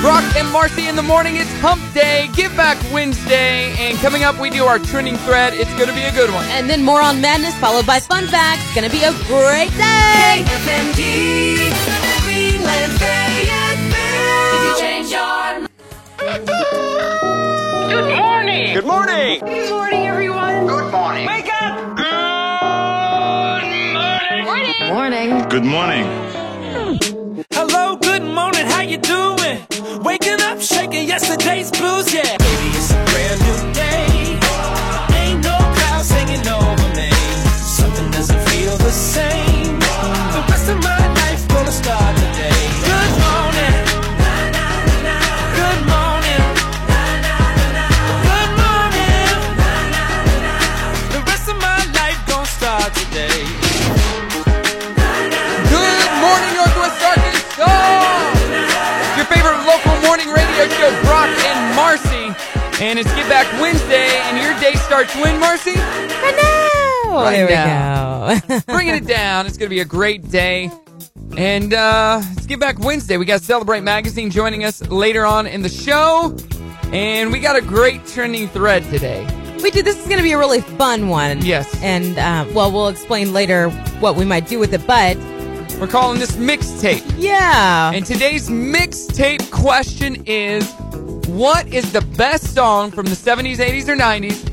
Brock and Marcy in the morning. It's Hump Day, Give Back Wednesday, and coming up, we do our trending thread. It's going to be a good one. And then more on madness, followed by fun facts. It's gonna be a great day. FMD, Greenland, Fayetteville. Did you change your Good morning. Good morning. Hello, good morning, how you doing? Waking up, shaking yesterday's blues, yeah. Baby, it's a brand new day. Ain't no clouds hanging over me. Something doesn't feel the same. The rest of my life gonna start today. Good morning. Good morning. Good morning. The rest of my life gonna start today. Good morning, Northwest Arkansas! It's your favorite local morning radio show, Brock and Marcy. And it's Give Back Wednesday, and your day starts when, Marcy? Right there now. we go. Bringing it down. It's going to be a great day. And uh, it's Give Back Wednesday. We got Celebrate Magazine joining us later on in the show. And we got a great trending thread today. we do. This is gonna be a really fun one. Yes. And um, well, we'll explain later what we might do with it. But We're calling this mixtape. yeah, And today's mixtape question is What is the best song from the 70s, 80s, or 90s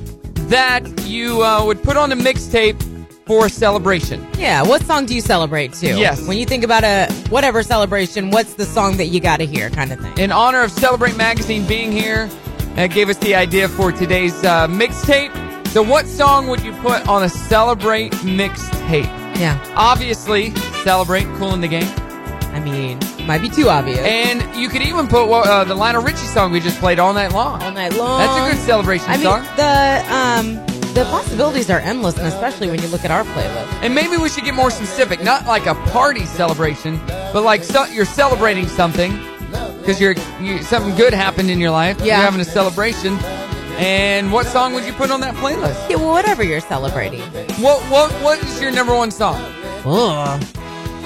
that you uh, would put on a mixtape for celebration? yeah. What song do you celebrate to? Yes. When you think about a whatever celebration, what's the song that you gotta hear, kind of thing. In honor of Celebrate Magazine being here, that gave us the idea for today's uh, mixtape. So, what song would you put on a Celebrate mixtape? yeah. Obviously, Celebrate, Cool in the Game. I mean, might be too obvious. And you could even put uh, the Lionel Richie song we just played all night long. All night long. That's a good celebration I mean, song. the um, the possibilities are endless, and especially when you look at our playlist. And maybe we should get more specific, not like a party celebration, but like so, you're celebrating something because you're you, something good happened in your life. Yeah. You're having a celebration. And what song would you put on that playlist? Yeah, well, whatever you're celebrating. What what what is your number one song Ugh.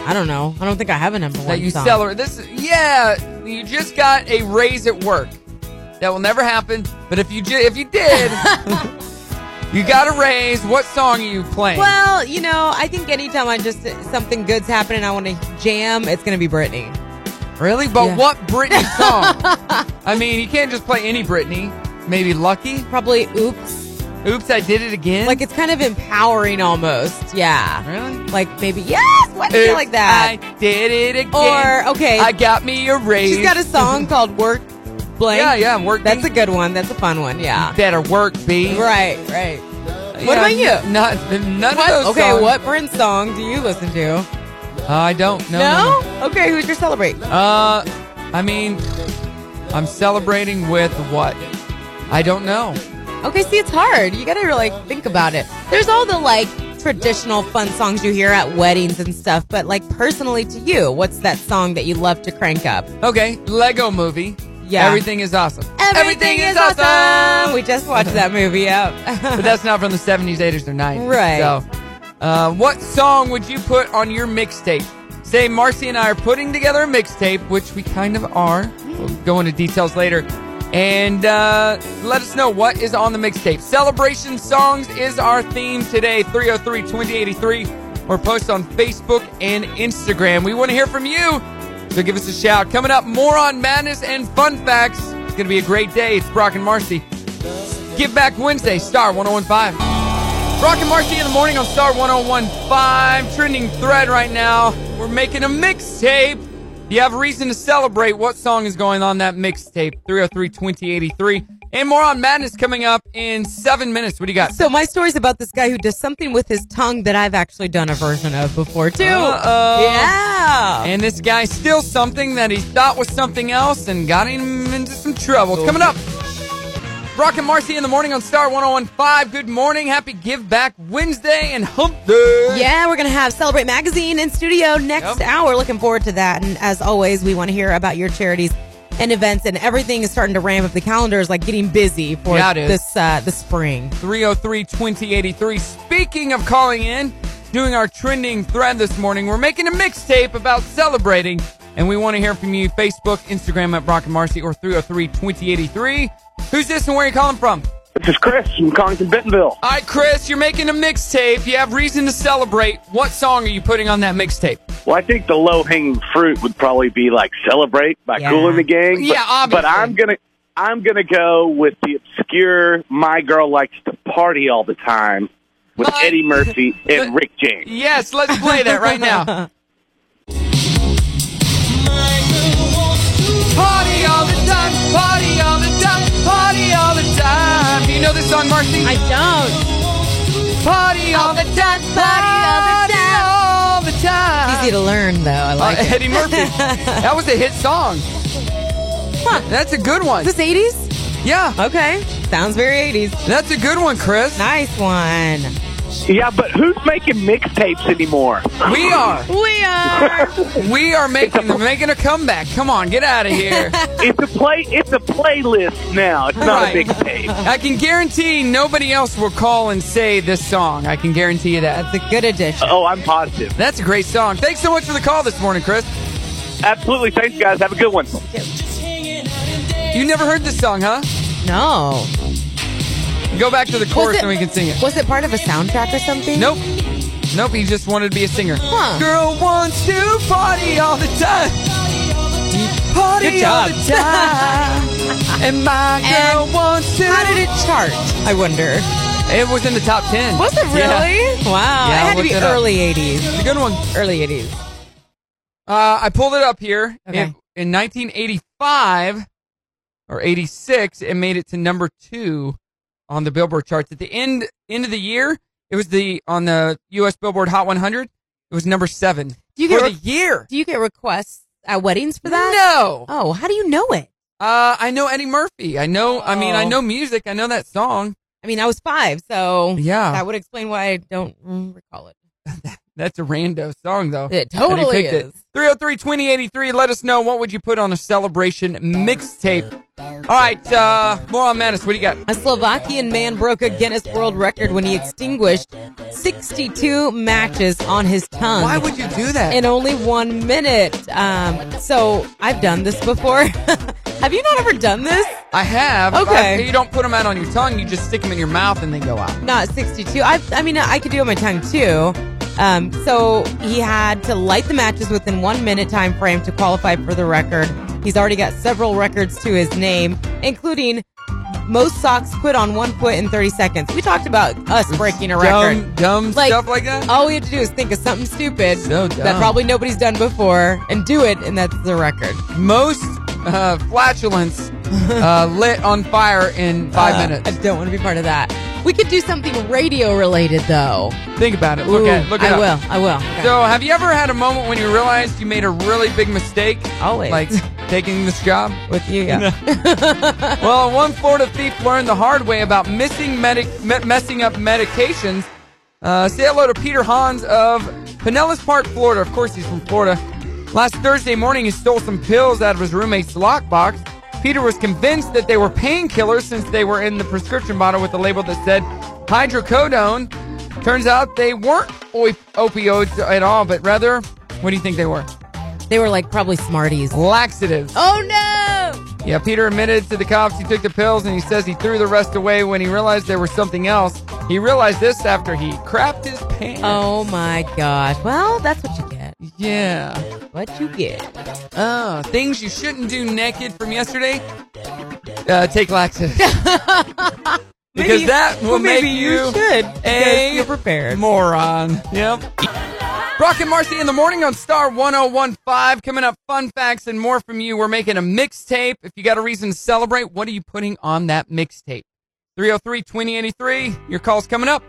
I don't know. I don't think I have a number one that you song. celebrate? This yeah, you just got a raise at work. That will never happen. But if you ju- if you did, you got a raise. What song are you playing? Well, you know, I think anytime I just something good's happening, I want to jam. It's gonna be Britney. Really? But Yeah. what Britney song? I mean, you can't just play any Britney. Maybe Lucky. Probably Oops. Oops, I did it again. Like it's kind of empowering almost. Yeah. really? Like maybe yes. Why do you feel like that? I did it again. Or, okay. I got me a raise. She's got a song called Work Blank. Yeah, yeah, work. That's a good one. That's a fun one. Yeah. better work, B. Right. Right. What Yeah, about you? Not none What- of those. okay, songs. what Prince song do you listen to? Uh, I don't. No. No? Okay, who's your celebrate? no. Uh, I mean, I'm celebrating with what? I don't know. Okay, see, it's hard. You gotta really think about it. There's all the like traditional fun songs you hear at weddings and stuff, but like personally to you, what's that song that you love to crank up? Okay, Lego Movie. Yeah. Everything is awesome. We just watched that movie up. but that's not from the 70s, 80s, or 90s. Right. So, uh, what song would you put on your mixtape? Say, Marcy and I are putting together a mixtape, which we kind of are. We'll go into details later. And uh, let us know what is on the mixtape. Celebration songs is our theme today, 303 2083, or post on Facebook and Instagram. We want to hear from you, so give us a shout. Coming up, more on madness and fun facts. It's going to be a great day. It's Brock and Marcy. Give Back Wednesday, Star 1015. Brock and Marcy in the morning on Star 1015. Trending thread right now. We're making a mixtape. You have a reason to celebrate. What song is going on that mixtape? 303 2083. And more on madness coming up in seven minutes. What do you got? so my story's about this guy who does something with his tongue that I've actually done a version of before too. Uh-oh. Yeah. And this guy steals something that he thought was something else and got him into some trouble. It's Coming up, Brock and Marcy in the morning on Star 1015. Good morning. Happy Give Back Wednesday and Hump Day. Yeah, we're going to have Celebrate Magazine in studio next Yep. hour. Looking forward to that. And as always, we want to hear about your charities and events, and everything is starting to ramp up. The calendar is like getting busy for Yeah, it is. this uh, the spring. 303 2083. Speaking of calling in, doing our trending thread this morning, we're making a mixtape about celebrating And we want to hear from you. Facebook, Instagram at Brock and Marcy or 303 2083. Who's this and where are you calling from? This is Chris. I'm calling from Bentonville. All right, Chris, you're making a mixtape. You have reason to celebrate. What song are you putting on that mixtape? Well, I think the low hanging fruit would probably be like "Celebrate" by Yeah. Kool and the Gang. But, Yeah, obviously. But I'm gonna I'm gonna go with the obscure "My Girl Likes to Party All the Time" with But- Eddie Murphy and Uh, but- Rick James. Yes, let's play that right now. Party all the time, party all the time, party all the time. Do you know this song, Marcy? I don't. party all the time, party all the time. Easy to learn, though. I like Uh, it. Eddie Murphy. that was a hit song. That's a good one. Is this 80s? Yeah, Okay. Sounds very 80s. that's a good one, Chris. Nice one. Yeah, but who's making mixtapes anymore? We are. We are. We are making we're making a comeback. Come on, get out of here. It's a play. It's a playlist now. It's not Right. a mixtape. I can guarantee nobody else will call and say this song. I can guarantee you that. That's a good addition. Oh, I'm positive. That's a great song. Thanks so much for the call this morning, Chris. Absolutely. Thanks, guys. Have a good one. You never heard this song, huh? No. Go back to the chorus and we can sing it. Was it part of a soundtrack or something? Nope. Nope, he just wanted to be a singer. Huh. Girl wants to party all the time. Party Good all job. the time. And my And girl wants to. How did it chart? I wonder. It was in the top 10. Was it Yeah. really? Wow. Yeah, it had to look be it up. early 80s. It's a good one. Early 80s. Uh, I pulled it up here. Okay. In, in 1985 or 86, it made it to number two on the Billboard charts. At the end end of the year, it was the on the U.S. Billboard Hot 100. It was number seven Do you for get the re- year. Do you get requests at weddings for that? No, Oh, how do you know it? uh, I know Eddie Murphy. I know. I mean, I Oh. know music. I know that song. I mean, I was five, so Yeah, that would explain why I don't mm, recall it. that's a rando song though. It totally picked it. is. 303-2083. Let us know what would you put on a celebration mixtape. All right, uh, more on Madness. What do you got? A Slovakian man broke a Guinness World Record when he extinguished 62 matches on his tongue. Why would you do that? in only one minute. Um, so I've done this before. Have you not ever done this? I have. Okay. I- you don't put them out on your tongue. You just stick them in your mouth and they go out. Not 62. I, I mean, I could do it on my tongue too. Um, so he had to light the matches within one minute time frame to qualify for the record. He's already got several records to his name, including most socks put on one foot in 30 seconds. We talked about us breaking a record. Dumb, dumb Like- stuff like uh, that. All we have to do is think of something stupid So dumb. that probably nobody's done before and do it, and that's the record. Most uh, flatulence uh, lit on fire in five Uh, minutes. I don't want to be part of that. We could do something radio related though. Think about it. Look at Ooh, it. Look it I up. will. I will. Okay. So, have you ever had a moment when you realized you made a really big mistake? Always. Like taking this job? with you, yeah. Well, one Florida thief learned the hard way about missing medic- me- messing up medications. Uh, say hello to Peter Hans of Pinellas Park, Florida. Of course, he's from Florida. Last Thursday morning, he stole some pills out of his roommate's lockbox. Peter was convinced that they were painkillers since they were in the prescription bottle with a label that said hydrocodone. Turns out they weren't oi- opioids at all, but rather, what do you think they were? They were like probably Smarties. Laxatives. Oh no! Yeah, Peter admitted to the cops he took the pills and he says he threw the rest away when he realized there was something else. He realized this after he crapped his pants. Oh my gosh. Well, that's what you get. Yeah. What you get. Uh, things you shouldn't do naked from yesterday. Uh, take laxatives. because Maybe- that will well, make maybe you you should, a because you're prepared. moron. Yep. Brock and Marcy in the morning on Star 1015. Coming up, fun facts and more from you. We're making a mixtape. If you got a reason to celebrate, what are you putting on that mixtape? 303 2083. Your call's coming up.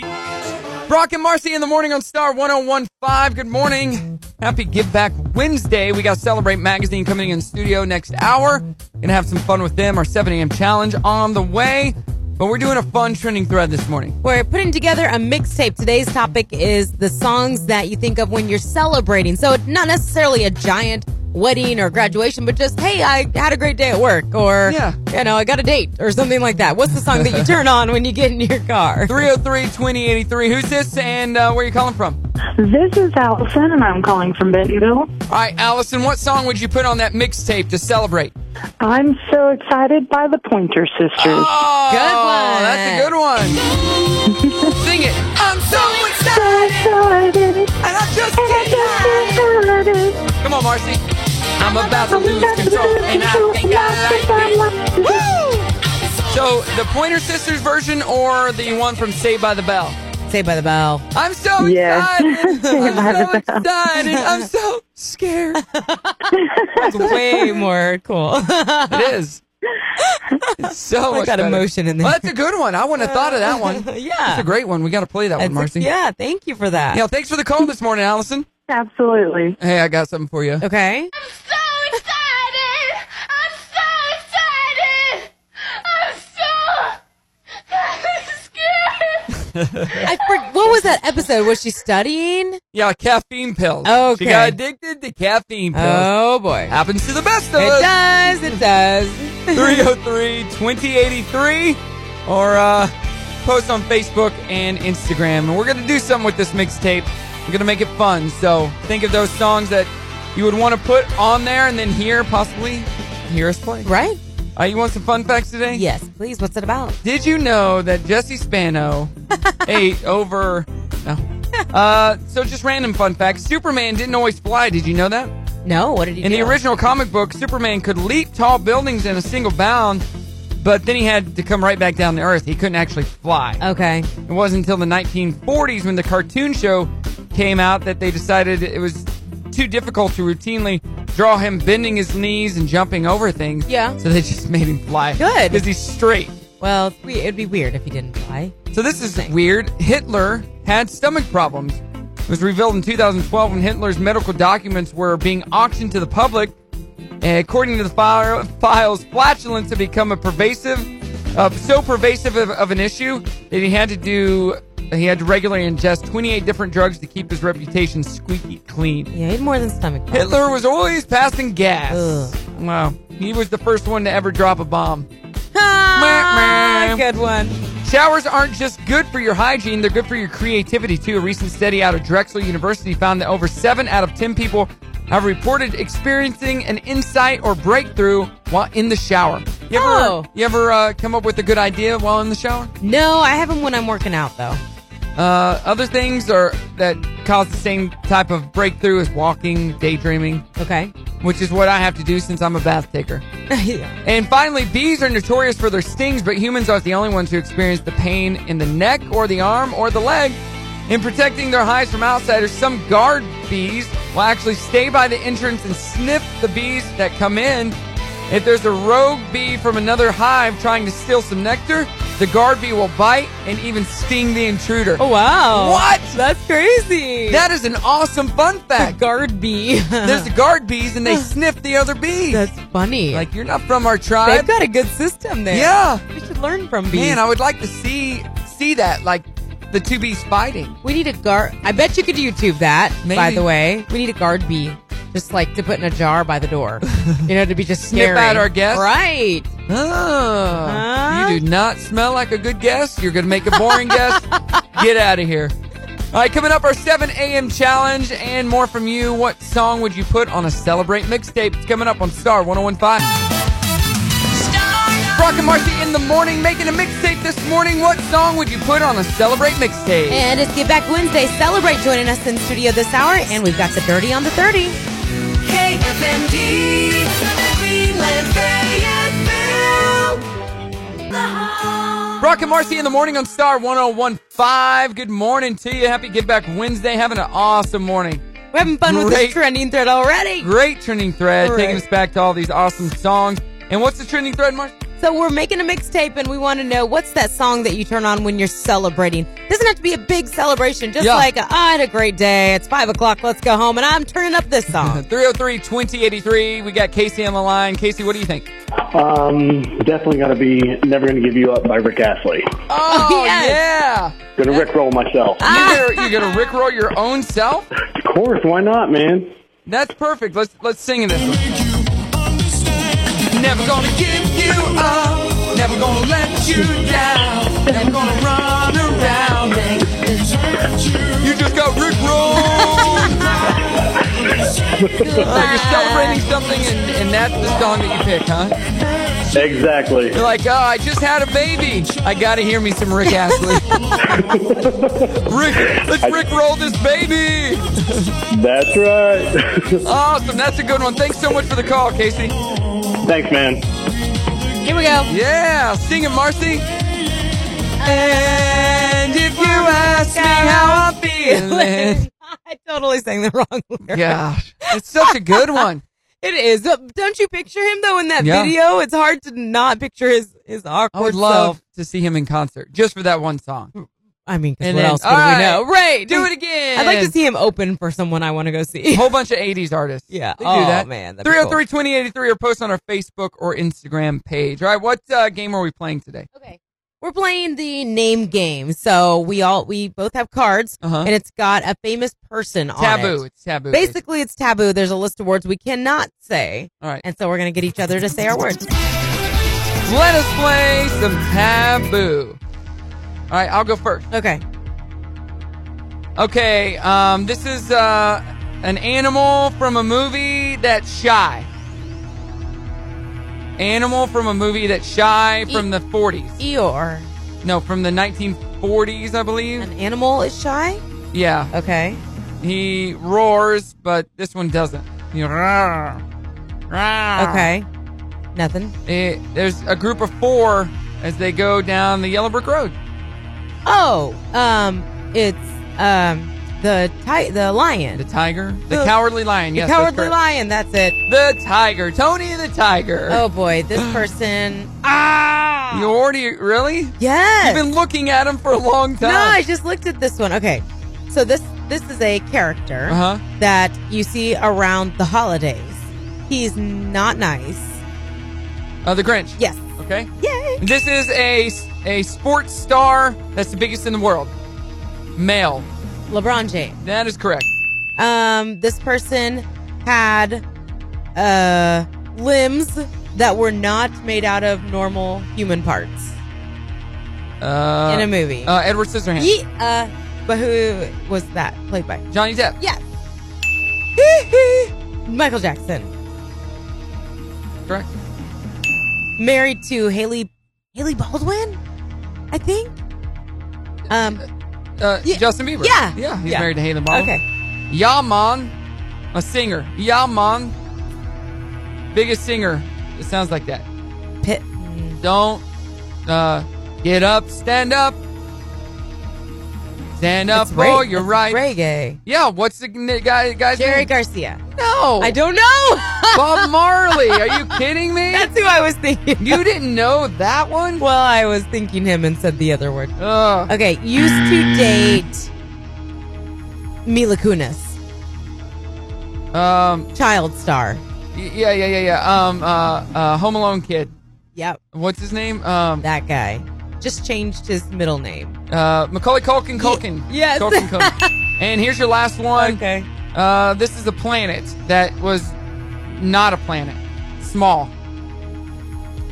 Brock and Marcy in the morning on Star 1015. Good morning. Happy Give Back Wednesday. We got Celebrate Magazine coming in studio next hour. Gonna have some fun with them. Our 7 a.m. challenge on the way. But we're doing a fun trending thread this morning. We're putting together a mixtape. Today's topic is the songs that you think of when you're celebrating. So it's not necessarily a giant wedding or graduation, but just, hey, I had a great day at work or, Yeah. you know, I got a date or something like that. What's the song that you turn on when you get in your car? 303 2083. Who's this and uh, where you calling from? This is Allison, and I'm calling from Bentonville. All right, Allison, what song would you put on that mixtape to celebrate? I'm so excited by the Pointer Sisters. Oh, Good one. That's a good one. Sing it. I'm so excited, So excited, and I just can't hide. so excited. Come on, Marcy. I'm about to lose Got to control, lose and I control, think I like it. I think I like it. So, the Pointer Sisters version or the one from Saved by the Bell? Saved by the Bell. I'm so Yes. excited. Saved by I'm the so Bell. excited. I'm so scared. That's way more cool. It is. It's so I much got better. emotion in there. Well, that's a good one. I wouldn't have thought of that one. That's yeah. a great one. We got to play that one, That's- Marcy. Yeah, thank you for that. Yeah, thanks for the call this morning, Allison. Absolutely. Hey, I got something for you. Okay. so excited! I'm so excited! I'm so scared! I for- what was that episode? Was she studying? Yeah, caffeine pills. Okay. She got addicted to caffeine pills. Oh boy. Happens to the best of It us. does, it does. 303-2083 or uh, post on Facebook and Instagram. And we're going to do something with this mixtape. We're going to make it fun. So think of those songs that you would want to put on there and then hear, possibly hear us play. Right? Uh, you want some fun facts today? Yes, please. What's it about? Did you know that Jesse Spano ate over... No. Uh, so just random fun facts. Superman didn't always fly. Did you know that? No, what did he In do? the original comic book, Superman could leap tall buildings in a single bound, but then he had to come right back down to Earth. He couldn't actually fly. Okay. It wasn't until the 1940s when the cartoon show came out that they decided it was too difficult to routinely draw him bending his knees and jumping over things. Yeah. So they just made him fly. Good. Because he's straight. Well, it's we- it'd be weird if he didn't fly. So this is weird. Hitler had stomach problems. It was revealed in 2012 when Hitler's medical documents were being auctioned to the public. And according to the file, files, flatulence had become a pervasive, uh, so pervasive of, of an issue that he had to do, he had to regularly ingest 28 different drugs to keep his reputation squeaky clean. Yeah, he had more than stomach problems. Hitler was always passing gas. Ugh. Wow, he was the first one to ever drop a bomb. Ah, Meh, meh. good one. Showers aren't just good for your hygiene, they're good for your creativity too. A recent study out of Drexel University found that over 7 out of 10 people have reported experiencing an insight or breakthrough while in the shower. You ever, Oh. you ever uh, come up with a good idea while in the shower? No, I have him when I'm working out, though. Uh, other things are that cause the same type of breakthrough is walking, daydreaming, Okay. which is what I have to do since I'm a bath taker. yeah. And finally, bees are notorious for their stings, but humans aren't the only ones who experience the pain in the neck or the arm or the leg. In protecting their hives from outsiders, some guard bees will actually stay by the entrance and sniff the bees that come in. If there's a rogue bee from another hive trying to steal some nectar, the guard bee will bite and even sting the intruder. Oh, wow. What? That's crazy. That is an awesome fun a fact. guard bee. There's guard bees and they sniff the other bees. That's funny. like, you're not from our They've tribe. got a good system there. Yeah. We should learn from bees. Man, I would like to see see that, like the two bees fighting. we need a guard. I bet you could YouTube that, by Maybe. the way. We need a guard bee. Just like to put in a jar by the door. you know, to be just Sniff scary. out our guests? Right. Oh, Huh? You do not smell like a good guess. You're going to make a boring guess. Get out of here. All right, coming up, our 7 a.m. challenge and more from you. What song would you put on a Celebrate mixtape? It's coming up on Star 1015. Brock and Marcy in the morning making a mixtape this morning. What song would you put on a Celebrate mixtape? And it's Get Back Wednesday. Celebrate joining us in studio this hour. And we've got the dirty on the 30. KFMD, Greenland, Fayetteville. The home. Brock and Marcy in the morning on Star 1015. Good morning to you. Happy Give Back Wednesday. Having an awesome morning. We're having fun with Great. this trending thread already. Great trending thread, All taking right. us back to all these awesome songs. And what's the trending thread, Marcy? So we're making a mixtape and we want to know what's that song that you turn on when you're celebrating. Doesn't have to be a big celebration, just Yeah. like, "Oh, I had a great day. It's five o'clock. Let's go home. And I'm turning up this song. 303 2083. We got Casey on the line. Casey, what do you think? Um, definitely got to be Never Gonna Give You Up by Rick Astley. Oh, yes. yeah. Gonna Rickroll myself. You're, gonna- you're gonna rickroll your own self? Of course, why not, man? That's perfect. Let's let's sing in this one. Never gonna give you up. Never gonna let you down. Never gonna run around. and desert You You just got Rick Roll. so you're celebrating something, and, and that's the song that you pick, huh? Exactly. You're like, oh, I just had a baby. I gotta hear me some Rick Astley. Rick, let's Rick Roll this baby. That's right. Awesome, that's a good one. Thanks so much for the call, Casey. Thanks, man. Here we go. Yeah, sing it, Marcy. And if you ask me how I'm feeling, I totally sang the wrong lyric. gosh, it's such a good one. It is. But Don't you picture him though in that Yeah. video? It's hard to not picture his his awkward I would love self. to see him in concert just for that one song. I mean, 'cause And what then- else could all we right. know? Right. Do it again. I'd like to see him open for someone I want to go a see. whole bunch of 80s artists. Yeah. They oh do that. man. that'd be cool. 303 2083 or post on our Facebook or Instagram page. All right, what uh, game are we playing today? Okay. We're playing the name game. So we all we both have cards Uh-huh. and it's got a famous person on taboo. it. It's taboo. Basically it's taboo. There's a list of words we cannot say. All right. And so we're gonna get each other to say our words. Let us play some taboo. All right, I'll go first. Okay. Okay, um, this is uh, an animal from a movie that's shy. Animal from a movie that's shy from the 40s. Eeyore. No, from the 1940s, I believe. An animal is shy? Yeah. Okay. He roars, but this one doesn't. He roar. Roar. Okay. Um, Nothing. It- there's a group of four as they go down the yellow brick road. Oh, um, it's um the ti- the lion. The tiger, the, The- cowardly lion. The yes, that's cowardly correct. lion, that's it. The tiger, Tony the tiger. Oh boy, this person Ah you already really? Yes. I've been looking at him for a long No, I time. just looked at this one. Okay. So this this is a character Uh-huh. that you see around the holidays. He's not nice. Uh, the Grinch. Yes. Okay. Yay. This is a a sports star that's the biggest in the world. Male. LeBron James. That is correct. Um this person had uh limbs that were not made out of normal human parts Uh, in a movie. uh, Edward Scissorhands. Ye- uh but who was that played by? Johnny Depp. Yes. Michael Jackson. Correct. married to Haley Haley Baldwin, I think. Um. Uh, Yeah. Justin Bieber. Yeah. Yeah. He's Yeah. married to Haley Baldwin. Okay. Yaman, a singer. Yaman, biggest singer. It sounds like that. Pit. Don't uh, get up, stand up, stand up It's for reg- your it's right. Reggae. Yeah, what's the n- guy? Guy's Jerry name? Garcia. no, I don't know. Bob Marley. Are you kidding me? That's who I was thinking. you didn't know that one? Well, I was thinking him and said the other word. Ugh. Okay. Used to date Mila Kunis, Um. child star. y- Yeah. Yeah. Yeah. Yeah. Um. Uh. uh Home Alone kid. Yep, What's his name? Um. that guy. Just changed his middle name. Uh, Macaulay Culkin, Culkin. yes. Culkin, Culkin. and here's your last one. Okay. Uh, this is a planet that was not a planet. Small.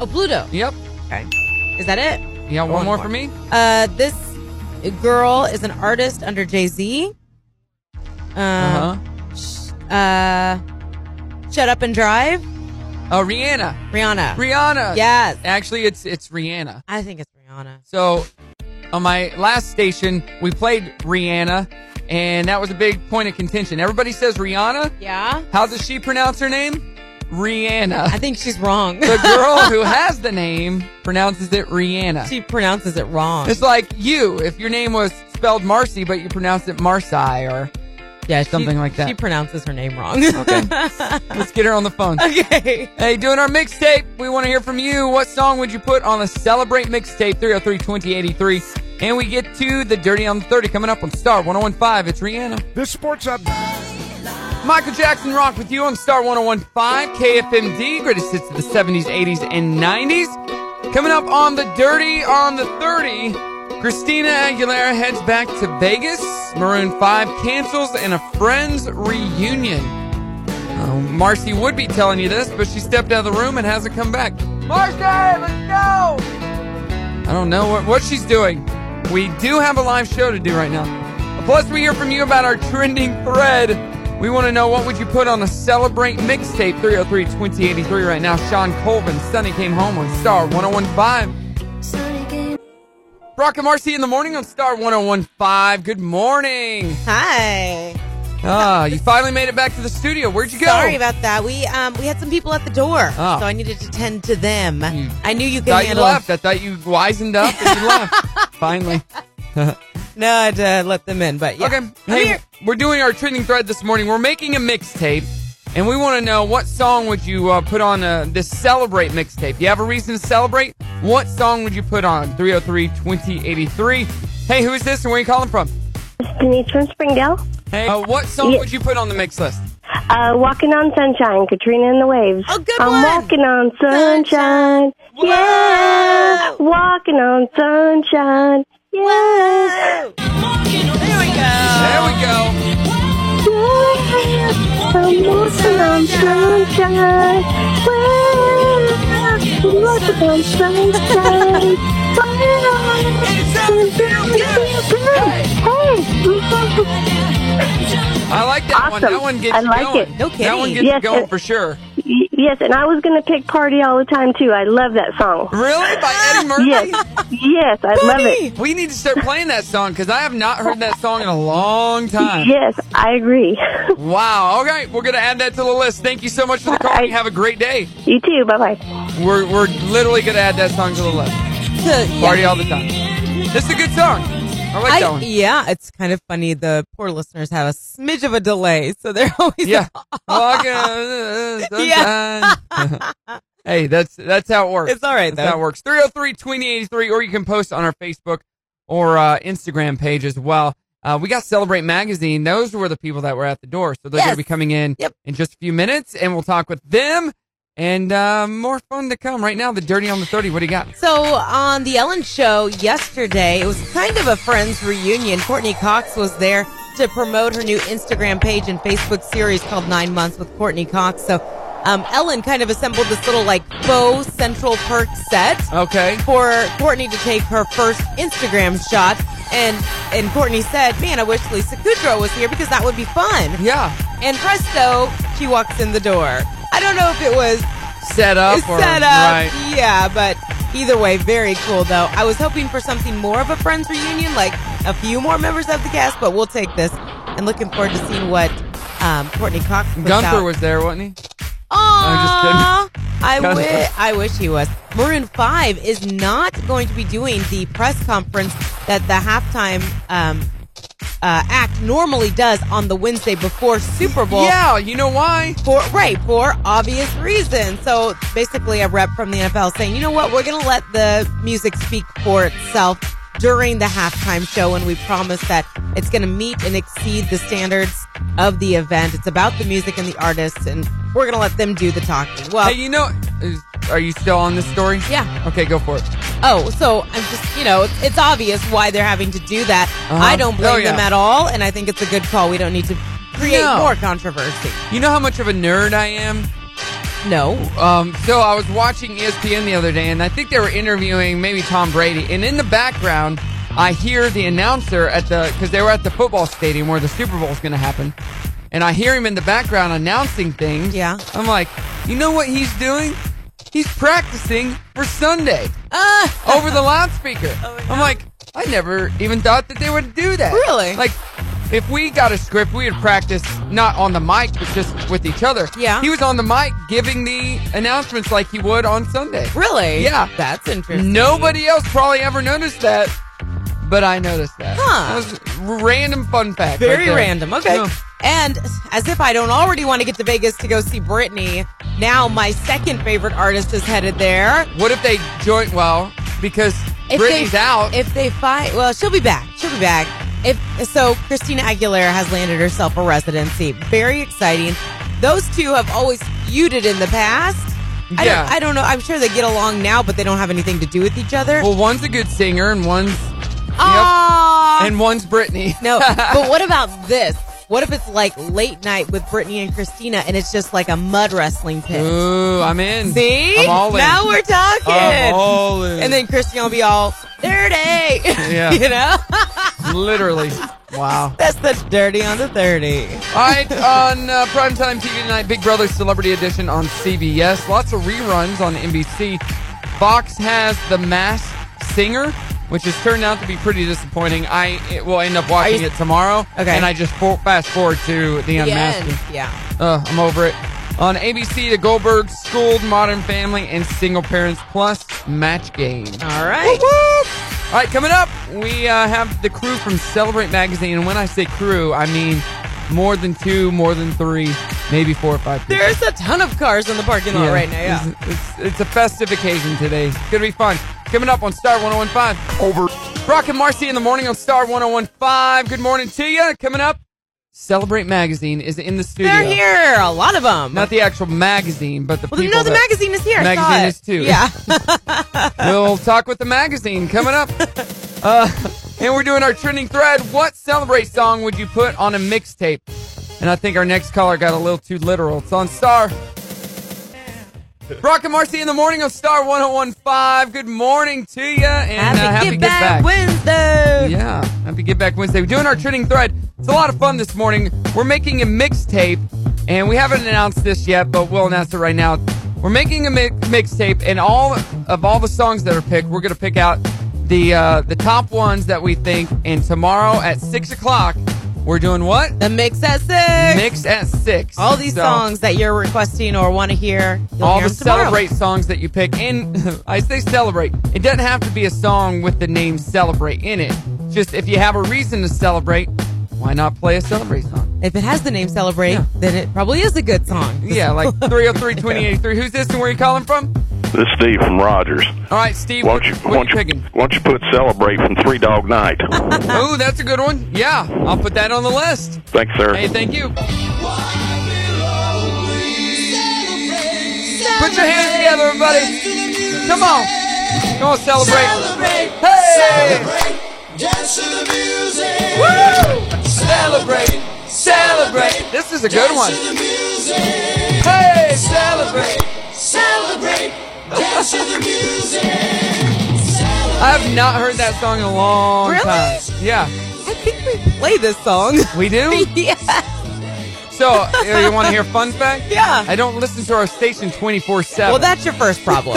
Oh, Pluto. Yep. Okay. Is that it? You got one, One more, more. for me? Uh, this girl is an artist under Jay Z. Uh, Uh-huh. sh- uh, Shut Up and Drive, Uh, Rihanna. Rihanna. Rihanna. yes, Actually, it's it's Rihanna. I think it's Rihanna. So on my last station, we played Rihanna, and that was a big point of contention. Everybody says Rihanna. Yeah, How does she pronounce her name? I Rihanna. think she's wrong. The girl who has the name pronounces it Rihanna. she pronounces it wrong. It's like you, if your name was spelled Marcy, but you pronounced it Marcy, or yeah, she- something like that. She pronounces her name wrong. let's get her on the phone. okay. Hey, doing our mixtape. We want to hear from you. What song would you put on the Celebrate mixtape 303 2083? And we get to the Dirty on the 30 coming up on Star 1015. It's Rihanna. This sports up. Michael Jackson Rock with you on Star 1015, KFMD, greatest hits of the 70s, 80s, and 90s. Coming up on the Dirty on the 30, Christina Aguilera heads back to Vegas. Maroon 5 cancels and a friend's reunion. Uh, Marcy would be telling you this, but she stepped out of the room and hasn't come back. Marcy, let's go! I don't know what, what she's doing. We do have a live show to do right now. Plus, we hear from you about our trending thread. We want to know what would you put on a Celebrate mixtape 303-2083 right now. Sean Colvin, Sunny Came Home on Star 101.5. Brock and Marcy in the morning on Star 101.5. Good morning. Hi. Ah, you finally made it back to the studio. Where'd you go? Sorry about that. We um we had some people at the door, Oh. so I needed to tend to them. You I knew you could thought you handle. left. I thought you wisened up and you left. Finally. No, I had to let them in, but yeah. Okay. Hey, here. we're doing our trending thread this morning. We're making a mixtape, and we want to know what song would you uh, put on uh, this celebrate mixtape? You have a reason to celebrate? What song would you put on? 303-2083. Hey, who is this and where are you calling from? Denise from Springdale. Hey, Oh. uh, what song Yeah. would you put on the mix list? Uh, walking on sunshine, Katrina and the waves. Oh, good I'm one. walking on sunshine. Whoa. Yeah. Walking on sunshine. Yeah. There we go. There we go. yeah. I'm walking on sunshine. Yeah. I'm walking on sunshine. Hey. I like that one. Awesome. That one gets I you like going. it. No That one gets kidding. you Yes, going it- for sure. Y- Yes, and I was going to pick Party All the Time, too. I love that song. Really? By Eddie Murphy? Yes, yes, I love it. We need to start playing that song because I have not heard that song in a long time. Yes, I agree. Wow. All right. We're going to add that to the list. Thank you so much for the call. I- You have a great day. you too. Bye bye. We're, we're literally going to add that song to the list. So, yeah. Party all the time. This is a good song. I like that I, one. yeah, it's kind of funny. The poor listeners have a smidge of a delay, so they're always Yeah. Walking on the Yeah. sunshine. hey, that's that's how it works. It's all right That's how it though. works. 303 2083, or you can post on our Facebook or uh, Instagram page as well. Uh, we got Celebrate Magazine. Those were the people that were at the door. So they're going Yes. to be coming in Yep. in just a few minutes, and we'll talk with them. And uh, more fun to come. Right now, the Dirty on the 30. What do you got? So on the Ellen Show yesterday, it was kind of a friends reunion. Courtney Cox was there to promote her new Instagram page and Facebook series called Nine Months with Courtney Cox. So um, Ellen kind of assembled this little like faux Central Perk set. Okay. for Courtney to take her first Instagram shot. And and Courtney said, Man, I wish Lisa Kudrow was here because that would be fun. Yeah. And presto, she walks in the door. I don't know if it was Set up. or, set up. Right. Yeah, but either way, very cool though. I was hoping for something more of a friends reunion, like a few more members of the cast, but we'll take this. And looking forward to seeing what um, Courtney Cox puts Gunther out. was there, wasn't he? Aw, I kidding. wi- I wish he was. Maroon 5 is not going to be doing the press conference that the halftime um, uh, act normally does on the Wednesday before Super Bowl. yeah, you know why? For, right, for obvious reasons. So basically, a rep from the NFL saying, you know what, we're going to let the music speak for itself during the halftime show, and we promise that it's going to meet and exceed the standards of the event. It's about the music and the artists, and we're going to let them do the talking. Well, Hey, you know, is, are you still on this story? uh, yeah. Okay, go for it. Oh, so I'm just, you know, it's, it's obvious why they're having to do that. Uh-huh. I don't blame Oh, yeah. them at all, and I think it's a good call. We don't need to create No. more controversy. You know how much of a nerd I am? No. Um, so I was watching E ESPN the other day, and I think they were interviewing maybe Tom Brady. And in the background, I hear the announcer at the because they were at the football stadium where the Super Bowl is going to happen, and I hear him in the background announcing things. Yeah. I'm like, you know what he's doing? He's practicing for Sunday over the loudspeaker. Oh, I'm like, I never even thought that they would do that. Really? Like, if we got a script, we would practice not on the mic, but just with each other. Yeah. He was on the mic giving the announcements like he would on Sunday. Really? Yeah. That's interesting. Nobody else probably ever noticed that, but I noticed that. Huh. That was a random fun fact. right Very there. random. Okay. Yeah. And as if I don't already want to get to Vegas to go see Britney, now my second favorite artist is headed there. What if they joint? Well, because Britney's they, out. If they fight, well, she'll be back. She'll be back. If so, Christina Aguilera has landed herself a residency. Very exciting. Those two have always feuded in the past. I Yeah. don't, I don't know. I'm sure they get along now, but they don't have anything to do with each other. well, one's a good singer and one's Aw. and one's Britney. No, but what about this? What if it's like late night with Brittany and Christina, and it's just like a mud wrestling pit? Ooh, I'm in. See, Mm. I'm all in. now we're I'm talking. all in. And then Christina will be all dirty, Yeah. you know. literally. Wow. That's the dirty on the 30. All right, on uh, primetime TV tonight, Big Brother Celebrity Edition on CBS. Lots of reruns on NBC. Fox has The Masked Singer, which has turned out to be pretty disappointing. I it will end up watching you- it tomorrow, Okay. and I just for- fast forward to the unmasking. Yeah. Ugh, I'm over it. On ABC, The Goldberg, Schooled, Modern Family, and Single Parents Plus Match Game. All right. All right, coming up, we uh, have the crew from Celebrate Magazine. And when I say crew, I mean more than two, more than three, maybe four or five people. There's a ton of cars in the parking lot Yeah, right now. Yeah. It's, it's, it's a festive occasion today. It's going to be fun. Coming up on Star 1015. Over. Brock and Marcy in the morning on Star 1015. Good morning to you. Coming up, Celebrate Magazine is in the studio. They're here. A lot of them. Not the actual magazine, but the well, people no, the that- magazine is here. I Magazine saw it. is too. Yeah. We'll talk with the magazine coming up. Uh, and we're doing our trending thread. What celebrate song would you put on a mixtape? And I think our next caller got a little too literal. It's on Star. Brock and Marcy in the morning of Star 1015. Good morning to you. And uh, happy Get Back Wednesday. yeah, happy Get Back Wednesday. We're doing our trending thread. It's a lot of fun this morning. We're making a mixtape, and we haven't announced this yet, but we'll announce it right now. We're making a mi- mixtape, and all of all the songs that are picked, we're gonna pick out the uh, the top ones that we think. And tomorrow at six o'clock, we're doing what? The mix at six. Mix at six. All these So, songs that you're requesting or want to hear. You'll All hear the 'em tomorrow. celebrate songs that you pick, and I say celebrate. It doesn't have to be a song with the name celebrate in it. Just if you have a reason to celebrate, why not play a celebrate song? If it has the name Celebrate, Yeah. then it probably is a good song. Yeah, like 303 2083. Who's this and where you calling from? This is Steve from Rogers. All right, Steve, Why what, don't you, what why are you don't you, picking? why don't you put Celebrate from Three Dog Night? Oh, that's a good one. Yeah, I'll put that on the list. Thanks, sir. Hey, thank you. Put your hands together, everybody. Come on. Come on, celebrate. hey! Woo! Celebrate. Celebrate. This is a good one. Hey, celebrate. I have not heard that song in a long Really? time. Yeah, I think we play this song. we do. yeah. So, you, want to hear a fun fact? Yeah. I don't listen to our station 24 7. Well, that's your first problem.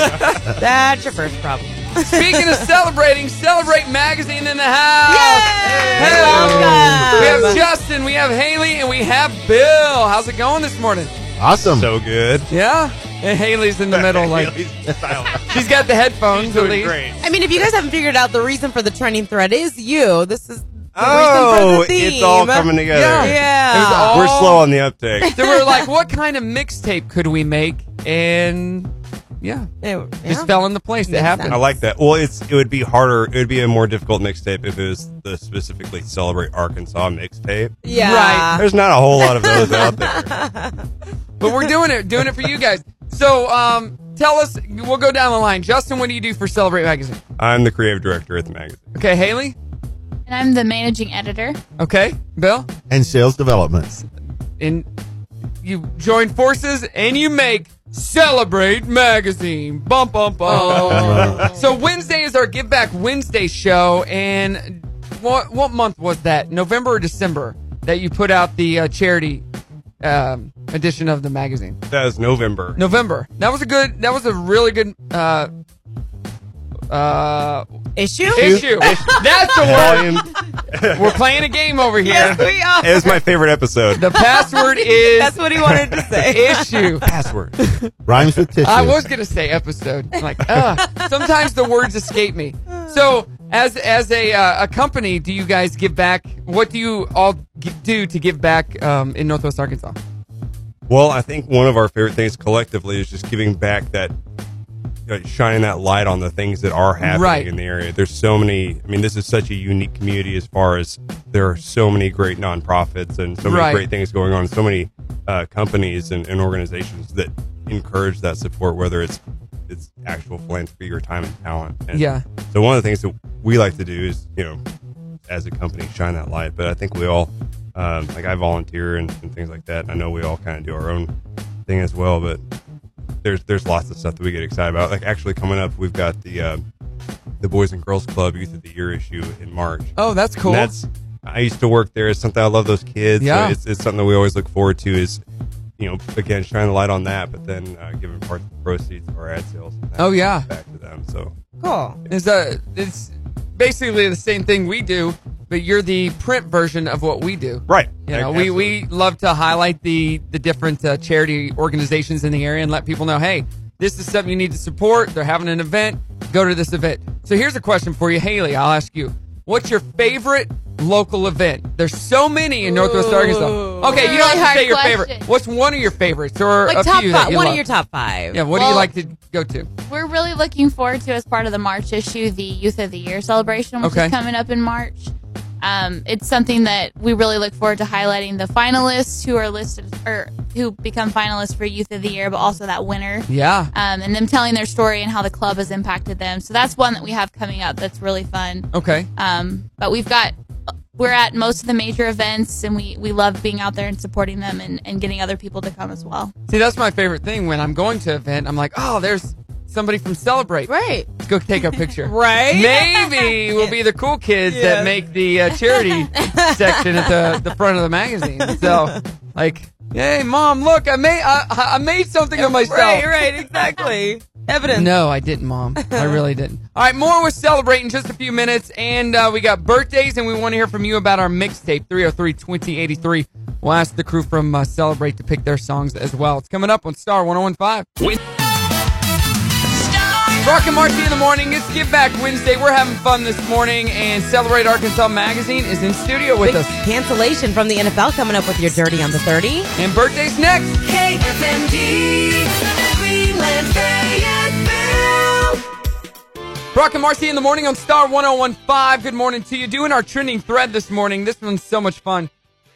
that's your first problem. Speaking of celebrating, Celebrate Magazine in the house. Yay! Hello. Welcome. We have Justin, we have Haley, and we have Bill. How's it going this morning? Awesome. So good. Yeah? And Haley's in the middle. Like She's got the headphones. at least. I mean, if you guys haven't figured out the reason for the trending thread is you, this is the reason for Oh, the theme. it's all coming together. Yeah. Yeah. It was all- Oh. We're slow on the uptake. So we're like, what kind of mixtape could we make? And yeah, It- yeah. just fell into place. It Makes happened. I like that. Well, it's it would be harder. It would be a more difficult mixtape if it was the specifically celebrate Arkansas mixtape. yeah. Right. There's not a whole lot of those out there. But we're doing it, doing it for you guys. So um, tell us, we'll go down the line. Justin, what do you do for Celebrate Magazine? I'm the creative director at the magazine. Okay, Haley? And I'm the managing editor. Okay, Bill? and sales development. And you join forces and you make Celebrate Magazine. Bum, bum, Oh. bum. so Wednesday is our Give Back Wednesday show. And what, what month was that? November or December that you put out the uh, charity um, edition of the magazine? That was November. November. That was a good. That was a really good. Uh, uh, Issue? issue. That's the Volume. word. We're playing a game over here. Yes, we are. It was my favorite episode. The password is That's what he wanted to say. issue. password. Rhymes with tissue. I was gonna say episode. I'm like, ugh. sometimes the words escape me. So, as as a uh, a company, do you guys give back? What do you all g- do to give back um, in Northwest Arkansas? Well, I think one of our favorite things collectively is just giving back that, you know, shining that light on the things that are happening Right. in the area. There's so many. I mean, this is such a unique community as far as there are so many great nonprofits and so many Right. great things going on. So many uh, companies and, and organizations that encourage that support, whether it's it's actual philanthropy or time and talent. And Yeah. So one of the things that we like to do is, you know, as a company, shine that light. But I think we all, um, like I volunteer and, and things like that. And I know we all kind of do our own thing as well. But there's there's lots of stuff that we get excited about. Like actually coming up, we've uh, got the um the Boys and Girls Club Youth of the Year issue in March. Oh, that's cool. And that's I used to work there. It's something I love those kids. So Yeah. it's, it's something that we always look forward to is, you know, again, shine the light on that, but then uh, giving part of the proceeds of our ad sales. and that Oh, yeah. Back to them. So Cool. It's a, uh, it's basically the same thing we do, but you're the print version of what we do. Right. You know, we, we love to highlight the the different uh, charity organizations in the area and let people know, hey, this is something you need to support. They're having an event. Go to this event. So here's a question for you, Haley. I'll ask you. What's your favorite local event? There's so many in Northwest Arkansas. Okay, Really you don't have to hard say your question. favorite. What's one of your favorites or Like a top few that five. you One of love? your top five. Yeah, what do Well- you like to go to? We're really looking forward to, as part of the March issue, the Youth of the Year celebration, which Okay. is coming up in March. Um, it's something that we really look forward to highlighting the finalists who are listed or who become finalists for Youth of the Year, but also that winner. Yeah. Um, and them telling their story and how the club has impacted them. So that's one that we have coming up that's really fun. uh, Okay. Um, but we've got, we're at most of the major events and we, we love being out there and supporting them and, and getting other people to come as well. See, that's my favorite thing when I'm going to an event. I'm like, oh, there's somebody from Celebrate. Right. Let's go take a picture. Right? Maybe we'll be the cool kids Yeah. that make the uh, charity section at the, the front of the magazine. So, like, hey, mom, look, I made I, I made something of myself. Right, right, exactly. Evidence. No, I didn't, Mom. I really didn't. All right, more with Celebrate in just a few minutes. And uh, we got birthdays, and we want to hear from you about our mixtape, 303 2083. We'll ask the crew from uh, Celebrate to pick their songs as well. It's coming up on Star 1015. Rock and Marcy in the morning. It's Give Back Wednesday. We're having fun this morning, and Celebrate Arkansas Magazine is in studio with Big us. cancellation from the NFL coming up with your dirty on the 30. And birthdays next. KFMD, Greenland, Fayetteville. Brock and Marcy in the morning on Star 1015. Good morning to you. Doing our trending thread this morning. This one's so much fun.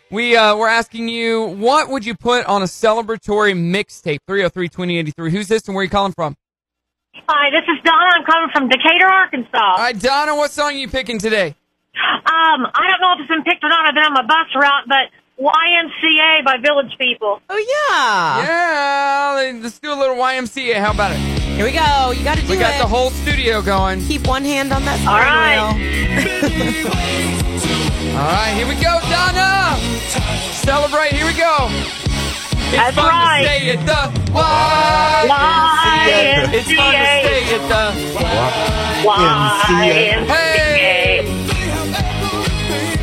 We uh, were asking you, what would you put on a celebratory mixtape? 303 2083. Who's this and where are you calling from? Hi, this is Donna. I'm calling from Decatur, Arkansas. All right, Donna, what song are you picking today? Um, I don't know if it's been picked or not. I've been on my bus route, but YMCA by Village People. Oh, yeah. Yeah, let's do a little YMCA. How about it? Here we go. You got to do We it. got the whole studio going. Keep one hand on that. All steering right. wheel. All right, here we go, Donna. Celebrate. Here we go. It's That's fun right. to stay at the YMCA. It's fun to YMCA. stay at the YMCA. Hey!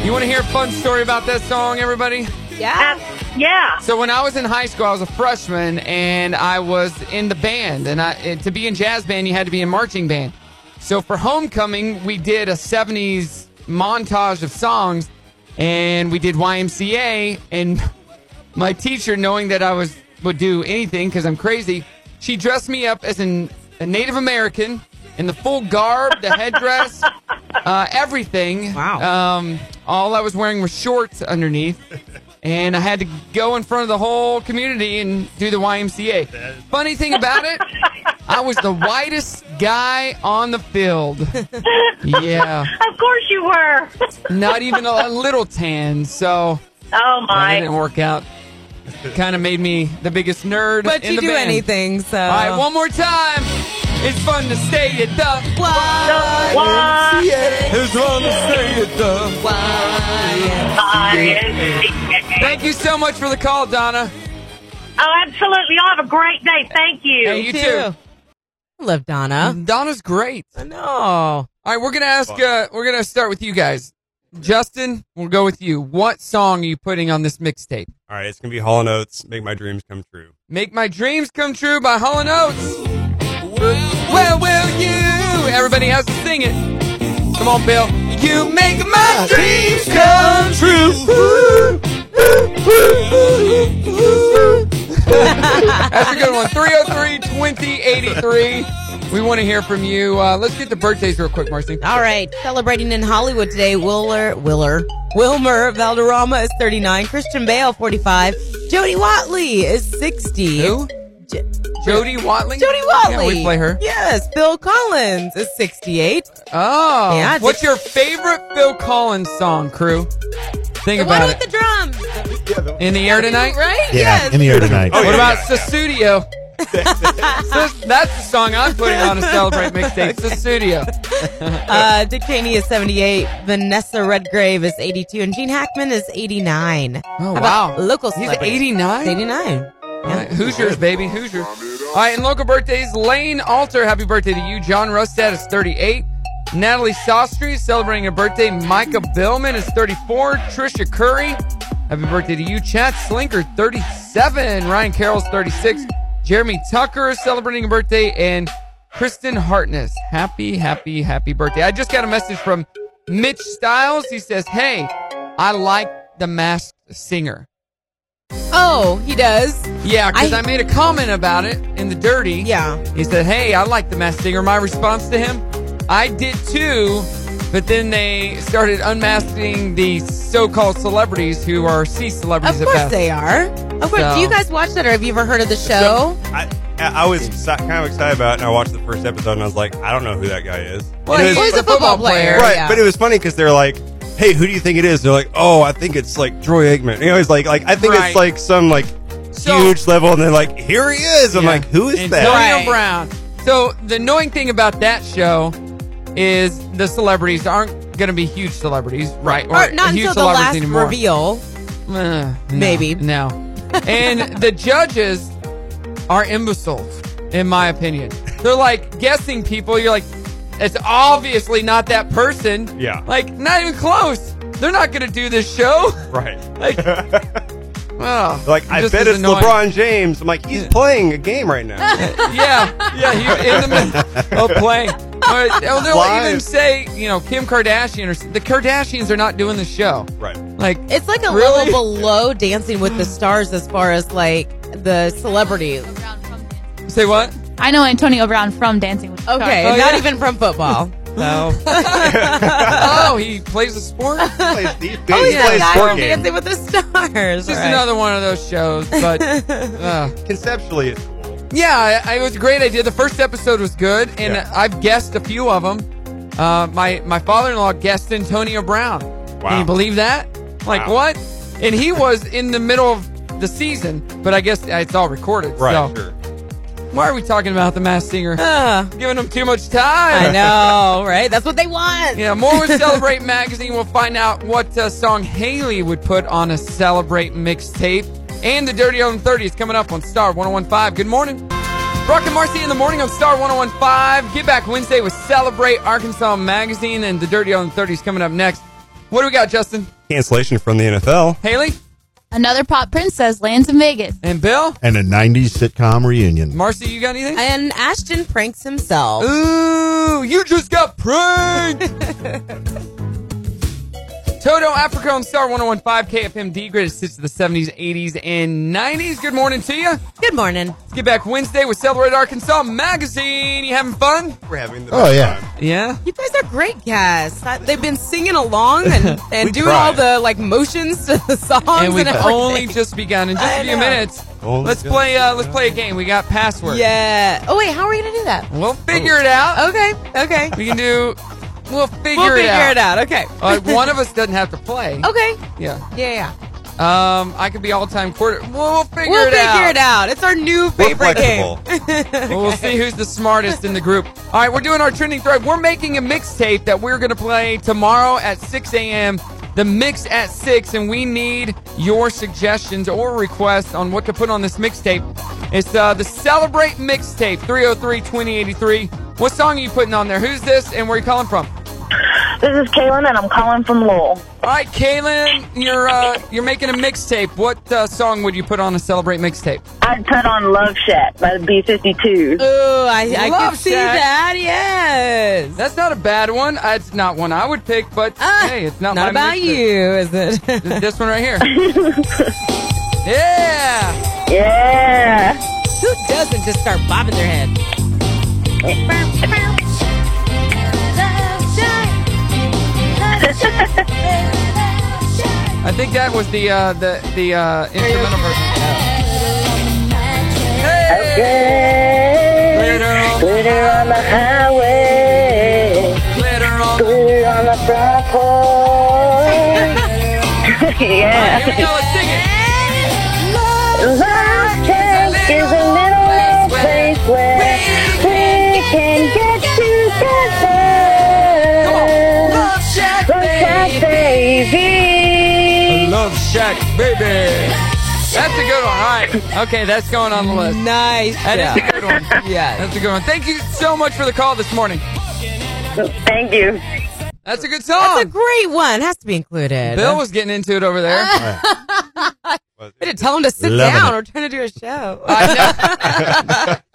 You want to hear a fun story about that song, everybody? Yeah. Yeah. So when I was in high school, I was a freshman and I was in the band. And I, and to be in jazz band, you had to be in marching band. So for homecoming, we did a '70s montage of songs, and we did YMCA. And my teacher, knowing that I was would do anything because I'm crazy, she dressed me up as an, a Native American in the full garb, the headdress, uh, everything. Wow. Um, all I was wearing was shorts underneath, and I had to go in front of the whole community and do the YMCA. Funny thing about it, I was the whitest guy on the field. Yeah, Of course you were. not even a, a little tan. So Oh, that my. didn't work out. Kind of made me the biggest nerd. But in you the do band. anything, so. All right, one more time. It's fun to stay at the YMCA. It's fun to stay at the. Thank you so much for the call, Donna. Oh, absolutely. Y'all have a great day. Thank you. Hey, you too. I love Donna. Donna's great. I know. All right, we're gonna ask. Uh, we're gonna start with you guys. Justin, we'll go with you. What song are you putting on this mixtape? All right, it's going to be Hall and Oates, Make My Dreams Come True. "Make My Dreams Come True" by Hall and Oates. Where will you? Everybody has to sing it. Come on, Bill. You make my dreams come true. That's a good one. 303 2083. We want to hear from you. Uh, let's get the birthdays real quick, Marcy. All right, celebrating in Hollywood today, Willer, Willer, Wilmer Valderrama is 39, Christian Bale 45, Jody Watley is 60. Who? J- Jody Watley? Jody Watley. Yeah, we play her. Yes, Bill Collins is 68. Oh. Yeah, I What's did- your favorite Phil Collins song, crew? Think the one about with it. the drums, in the air tonight? right? Yeah, Yes. in the air tonight. Oh, what yeah, about yeah, Susudio? So that's the song I'm putting on a celebrate mixtape. It's the studio. Uh, Dick Cheney is 78, Vanessa Redgrave is 82, and Gene Hackman is 89. Oh, wow. Local He's celebrities. 89? 89. Alright, Hoosiers, baby, Hoosiers. All right, and local birthdays: Lane Alter, happy birthday to you. John Rustad is 38. Natalie Sostry is celebrating her birthday. Micah Billman is 34. Trisha Curry, happy birthday to you. Chad Slinker, 37. Ryan Carroll's 36. Jeremy Tucker is celebrating a birthday, and Kristen Hartness, happy, happy, happy birthday. I just got a message from Mitch Stiles. He says, "Hey, I like the Masked Singer." Oh, he does. Yeah, because I, made a comment about it in the dirty. Yeah. He said, Hey, I like the masked singer. My response to him, I did too. But then they started unmasking the so called celebrities who are C celebrities. Of course they are. Of course. Do you guys watch that or have you ever heard of the show? I, I I was si- kind of excited about it, and I watched the first episode, and I was like, I don't know who that guy is. Well, And it he's was- a football player, right? yeah. But it was funny because they're like, "Hey, who do you think it is?" They're like, "Oh, I think it's like Troy Aikman." You know, he's like, "Like I think Right. it's like some like huge level," and they're like, "Here he is." I'm Yeah. like, "Who is that?" Antonio Brown. So the annoying thing about that show is the celebrities aren't going to be huge celebrities, right? Or not huge until the celebrities last anymore. reveal. Uh, no, Maybe. No. And the judges are imbeciles, in my opinion. They're like guessing people. You're like, it's obviously not that person. Yeah. Like, not even close. They're not going to do this show. Right. Like, oh, Like I just bet is it's annoying. LeBron James. I'm like, he's playing a game right now. yeah, yeah, he, in the middle of playing. Or, or they'll Live. even say, you know, Kim Kardashian or s- the Kardashians are not doing the show. Right. Like, It's like a Really? level below Dancing with the Stars as far as like the celebrity. say what? I know Antonio Brown from Dancing with the Stars. Okay, Oh, not yeah. even from football. No. oh, he plays a sport? plays deep. oh, he's he plays the guy sport from game. Dancing with the Stars. It's just All right. another one of those shows, but uh, Conceptually, it's cool. yeah, I- I- it was a great idea. The first episode was good, and Yeah. I've guessed a few of them. Uh, my my father in law guessed Antonio Brown. Can Wow. you believe that? Like Wow. what? And he was in the middle of the season, but I guess it's all recorded. Right. So Sure. why are we talking about the mass singer? Ah, Giving him too much time. I know, right? That's what they want. Yeah, more with Celebrate Magazine. We'll find out what uh, song Haley would put on a Celebrate mixtape. And the Dirty on 30 is coming up on Star 1015. Good morning. Brock and Marcy in the morning on Star 1015. Get back Wednesday with Celebrate Arkansas Magazine and the Dirty on 30 is coming up next. What do we got, Justin? Cancellation from the NFL. Haley Another pop princess lands in Vegas. and Bill? And a 90s sitcom reunion. Marcy, you got anything? And Ashton pranks himself. Ooh, you just got pranked. Toto Africa on Star 1015 KFMD, greatest hits of the 70s, 80s, and 90s. Good morning to you. Let's Good morning. get back Wednesday with Celebrate Arkansas Magazine. You having fun? We're having the Oh, best yeah. time. Yeah. You guys are great guests. I- They've been singing along and, and We doing tried. all the like motions to the songs And and, we've everything. only just begun in just I a few know. minutes. Only Let's just play uh, let's play a game. We got password. yeah. Oh wait, how are we gonna do that? We'll figure it out. Okay. Okay. We can do we'll figure we'll it figure out. it out. Okay. Uh, one of us doesn't have to play. okay. Yeah. Yeah. Yeah. Um, I could be all time quarter. We'll figure we'll it figure out. it out. It's our new We're favorite game. flexible. Well, we'll see who's the smartest in the group. All right, we're doing our trending thread. We're making a mixtape that we're going to play tomorrow at 6 a.m. The mix at 6, and we need your suggestions or requests on what to put on this mixtape. It's uh, the Celebrate Mixtape, 303 2083. What song are you putting on there? Who's this, and where are you calling from? This is Kaylin, and I'm calling from Lowell. All right, Kaylin, you're uh, you're making a mixtape. What uh, song would you put on a Celebrate Mixtape? I'd put on Love Shack by the B52. Ooh, I, I Love can see Shack. that. Yes. That's not a bad one. Uh, It's not one I would pick, but Ah, hey, it's not, my about mixtape. you, is it? Th- this one right here. yeah. Yeah. Who doesn't just start bobbing their head? I think that was the uh, the the uh, instrumental version. Glitter on, Glitter on the highway. glitter on. All Glitter on the front porch. right, here yeah. we go. Let's sing it. Love Shack is a little back, baby. That's a good one. All right. Okay, that's going on the list. Nice. That is job. a good one. Yeah. That's a good one. Thank you so much for the call this morning. Thank you. That's a good song. That's a great one. Has to be included. Bill was getting into it over there. Way to tell him to sit Loving down. it. We're trying to do a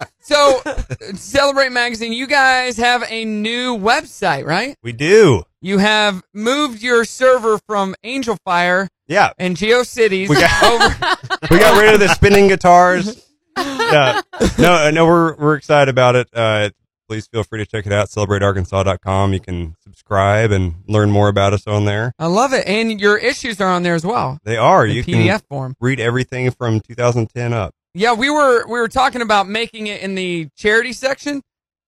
show. so, uh, Celebrate Magazine, you guys have a new website, right? We do. You have moved your server from Angel Fire yeah. and GeoCities We got- over. we got rid of the spinning guitars. No, no, uh, no we're we're excited about it. Uh, please feel free to check it out. CelebrateArkansas.com. You can subscribe and learn more about us on there. I love it. And your issues are on there as well. They are. In you PDF can form. read everything from 2010 up. Yeah, we were we were talking about making it in the charity section, and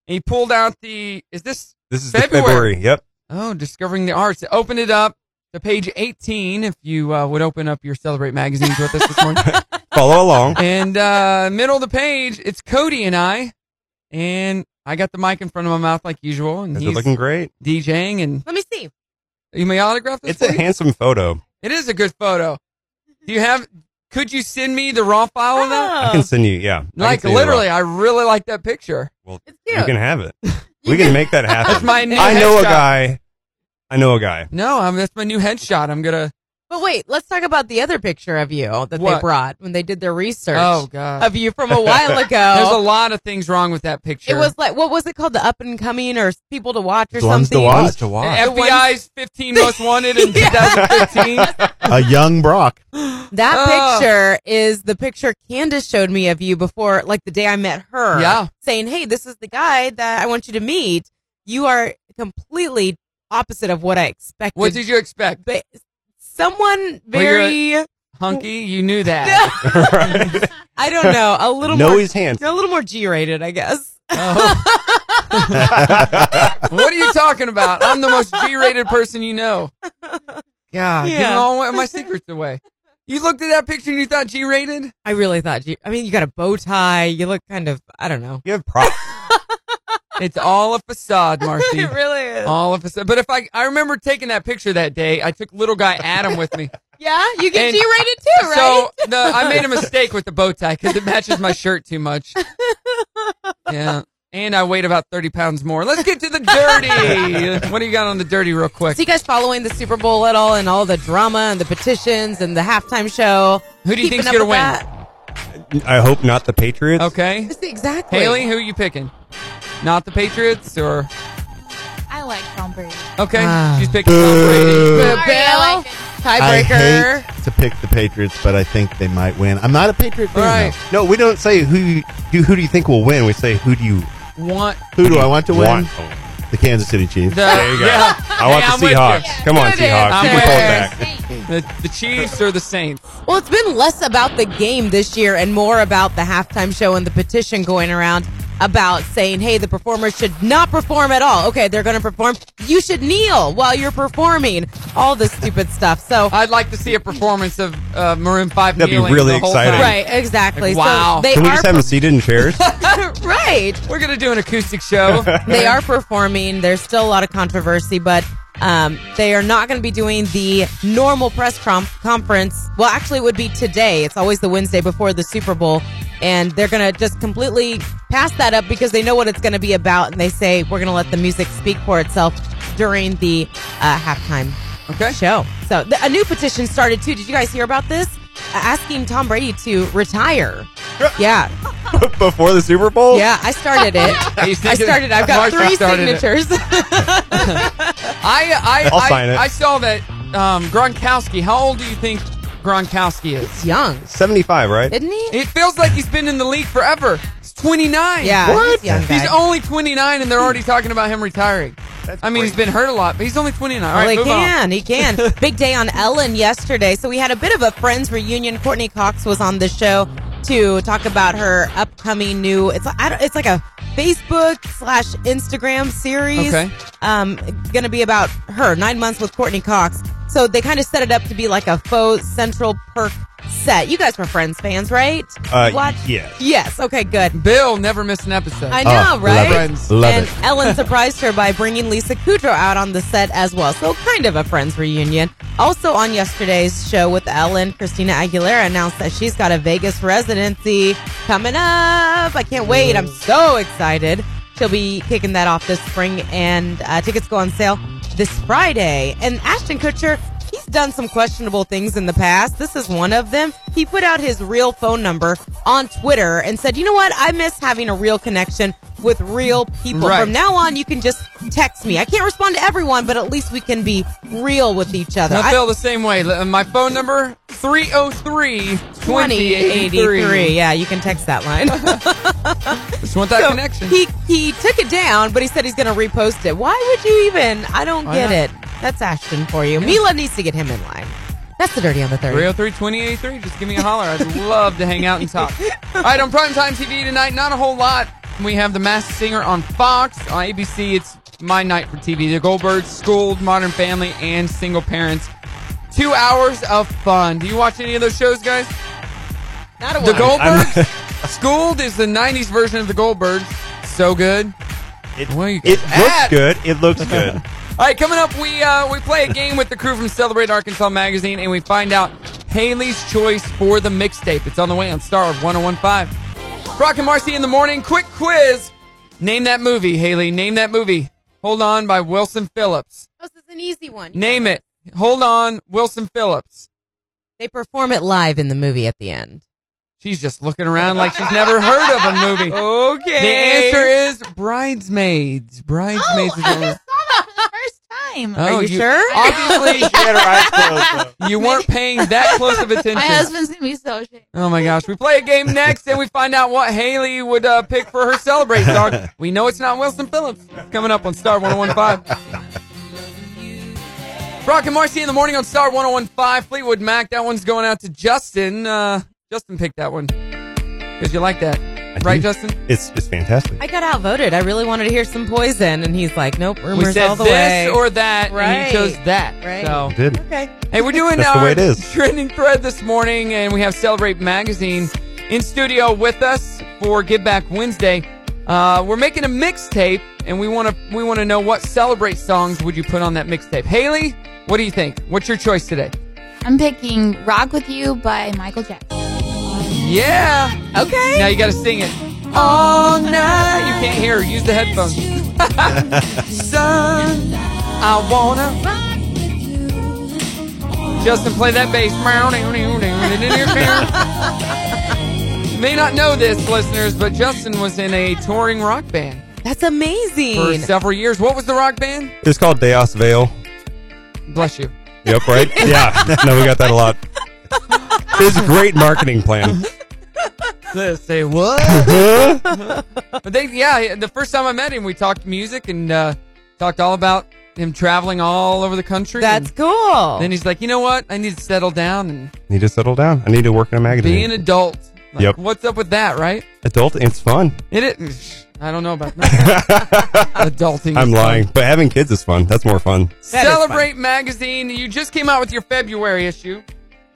he pulled out the is this This is the February. Yep. Oh, discovering the arts. Open it up to page eighteen if you uh, would open up your Celebrate magazines with us this morning. Follow along. and uh, middle of the page, it's Cody and I, and I got the mic in front of my mouth like usual, and Guys are he's looking great. DJing. And Let me see. you may autograph this. It's a please? handsome photo. It is a good photo. Do you have? Could you send me the raw file of Oh, that? Ah. I can send you. Yeah. I can Oh. Like send you the literally, I really like that picture. Well, it's raw. You can have it. We can make that happen. That's my new I know a headshot. guy. I know a guy. No, I'm, that's my new headshot. I'm gonna. But wait, let's talk about the other picture of you that they What? brought when they did their research. Oh god, of you from a while ago. There's a lot of things wrong with that picture. It was like what was it called? The up and coming or people to watch or The ones to something? watch. Ones to watch. The ones- FBI's 15 most wanted in 2015. A young Brock. That Oh. picture is the picture Candace showed me of you before, like the day I met her. Yeah. Saying, hey, this is the guy that I want you to meet. You are completely opposite of what I expected. What did you expect? But someone Well, you're very, a- hunky. You knew that. I don't know, a little No, more. he's handsome. A little more G rated, I guess. Oh, what are you talking about? I'm the most G-rated person you know. God, you Yeah. know all my secrets away. You looked at that picture and you thought G-rated? I really thought G. I mean, you got a bow tie. You look kind of, I don't know. You have props. It's all a facade, Marcy. It really is. All a facade. But if I, I remember taking that picture that day. I took little guy Adam with me. Yeah, you get And G rated too, right? So the, I made a mistake with the bow tie because it matches my shirt too much. Yeah. And I weighed about 30 pounds more. Let's get to the dirty. what do you got on the dirty real quick? So you guys following the Super Bowl at all and all the drama and the petitions and the halftime show? Who do you Keeping think's gonna up with win? that? I hope not the Patriots. Okay. Exactly. Haley, who are you picking? Not the Patriots or. I like Tom Brady. Okay. Ah. She's picking Tom Brady. Boo. Sorry, I like it. I hate to pick the Patriots, but I think they might win. I'm not a Patriot fan. Right. No, we don't say who you, do. Who do you think will win? We say who do you Want. who do I want to win? Want The Kansas City Chiefs. There you go. Yeah. I want Hey, I'm the with you. Seahawks. Come on, Good Seahawks. answer. You can pull it back. The, the Chiefs or the Saints? Well, it's been less about the game this year and more about the halftime show and the petition going around about saying, hey, the performers should not perform at all. Okay, they're going to perform. You should kneel while you're performing. All this stupid stuff. So I'd like to see a performance of uh, Maroon 5 That'd be kneeling really the whole exciting. time. Right, exactly. Like, wow. So they Can we are just have them seated in chairs? right. We're gonna do an acoustic show. they are performing. There's still a lot of controversy, but um, they are not going to be doing the normal press com- conference. Well, actually, it would be today. It's always the Wednesday before the Super Bowl. And they're going to just completely pass that up because they know what it's going to be about. And they say, we're going to let the music speak for itself during the uh, halftime okay. show. So th- a new petition started, too. Did you guys hear about this? Uh, asking Tom Brady to retire. Yeah. Before the Super Bowl? Yeah, I started it. He's I thinking- started. I've got Marcia three started it. signatures. I I I'll I, sign it. I saw that um, Gronkowski. How old do you think Gronkowski is? Young. 75, right? Didn't he? It feels like he's been in the league forever. He's 29. Yeah, he's What? young He's guy. only 29, and they're already talking about him retiring. I mean, he's been hurt a lot, but he's only 29. All right, well, he move on. can. He can. Big day on Ellen yesterday. So we had a bit of a friends reunion. Courtney Cox was on the show to talk about her upcoming new. It's I don't, it's like a Facebook slash Instagram series. Okay. Um, going to be about her nine months with Courtney Cox. So they kind of set it up to be like a faux Central Perk set. You guys were Friends fans, right? Uh, You watched- yes. Yes. Okay. Good. Bill never missed an episode. I know, right? Friends. and Ellen surprised her by bringing Lisa Kudrow out on the set as well. So kind of a Friends reunion. Also on yesterday's show with Ellen, Christina Aguilera announced that she's got a Vegas residency coming up. I can't wait. I'm so excited. She'll be kicking that off this spring, and uh, tickets go on sale this Friday. And Ashton Kutcher. He's done some questionable things in the past. This is one of them. He put out his real phone number on Twitter and said, You know what? I miss having a real connection with real people. Right. From now on, you can just text me. I can't respond to everyone, but at least we can be real with each other. I I- feel the same way. L- uh, My phone number 303 2083. 2083. Yeah, you can text that line. Just want that So, connection. He he took it down, but he said he's going to repost it. Why would you even? I don't Why get not? it. That's Ashton for you. Mila needs to get him in line. That's the dirty on the third. 303 2083. Just give me a holler. I'd love to hang out and talk. All right, on primetime TV tonight, not a whole lot. We have The Masked Singer on Fox. On ABC, it's my night for TV. The Goldbergs, Schooled, Modern Family, and Single Parents. Two hours of fun. Do you watch any of those shows, guys? Not a The one. Goldbergs? Schooled is the 90s version of The Goldbergs. So good. It, it looks good. It looks good. All right, coming up, we uh, we play a game with the crew from Celebrate Arkansas Magazine, and we find out Haley's choice for the mixtape. It's on the way on Star of 1015. Brock and Marcy in the morning. Quick quiz. Name that movie, Haley. Name that movie. Hold on by Wilson Phillips. This is an easy one. Name it. Hold on, Wilson Phillips. They perform it live in the movie at the end. She's just looking around like she's never heard of a movie. Okay. The answer is Bridesmaids. Oh, Bridesmaids is the one- Time. Oh, Obviously, you weren't paying that close of attention. My husband's gonna be so ashamed. Oh my gosh, we play a game next and we find out what Haley would uh, pick for her celebrate song. We know it's not Wilson Phillips. Coming up on Star 1015. Brock and Marcy in the morning on Star 1015. Fleetwood Mac, that one's going out to Justin. Uh, Justin picked that one because you like that. Right, Justin? It's it's fantastic. I got outvoted. I really wanted to hear some poison, and he's like, "Nope, rumors we said all the this way." or that, and Right. he chose that. Right. So. I did. Okay. Hey, we're doing That's the our way it is. trending thread this morning, and we have Celebrate Magazine in studio with us for Give Back Wednesday. Uh, we're making a mixtape, and we want to we want to know what Celebrate songs would you put on that mixtape. Haley, what do you think? What's your choice today? I'm picking "Rock with You" by Michael Jackson. Yeah. Okay. Now you got to sing it all night. You can't hear. Use the headphones. Son, I wanna Justin, play that bass. You may not know this, listeners, but Justin was in a touring rock band That's amazing. for several years. What was the rock band? It's called Deos Vale. Bless you. Yep, right? yeah. No, we got that a lot. It's a great marketing plan. Let's say what? but they, yeah, the first time I met him, we talked music and uh, talked all about him traveling all over the country. That's And cool. Then he's like, you know what? I need to settle down and Need to settle down. I need to work in a magazine. be an adult. Like, Yep. What's up with that, right? Adult, it's fun. It is. I don't know about that. Adulting. is I'm fun. lying, but having kids is fun. That's more fun. Celebrate magazine. You just came out with your February issue.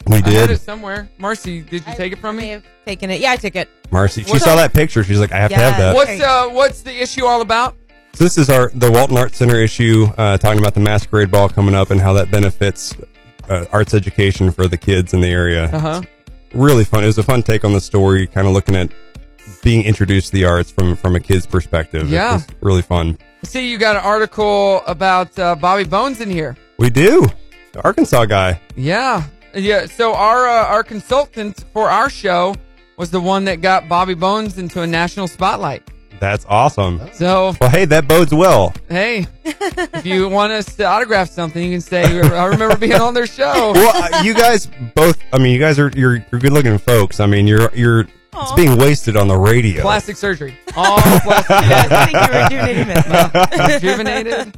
We I had did. it somewhere. Marcy, did you take it from me? Taking it. Yeah, I took it. Marcy, she What's saw up? that picture. She's like, I have to have that. What's uh, what's the issue all about? So this is our the Walton Arts Center issue, uh, talking about the masquerade ball coming up and how that benefits uh, arts education for the kids in the area. Uh-huh. Really fun. It was a fun take on the story, kind of looking at being introduced to the arts from from a kid's perspective. It Yeah. was really fun. See, you got an article about uh, Bobby Bones in here. We do. The Arkansas guy. Yeah, yeah. So our uh, our consultant for our show was the one that got Bobby Bones into a national spotlight. That's awesome. So well, hey, that bodes well. Hey, if you want us to autograph something, you can say I remember being on their show. well, uh, you guys both. I mean, you guys are you're, you're good looking folks. I mean, you're you're it's being wasted on the radio. Plastic surgery. All plastic. Yes, thank you, rejuvenated. Well,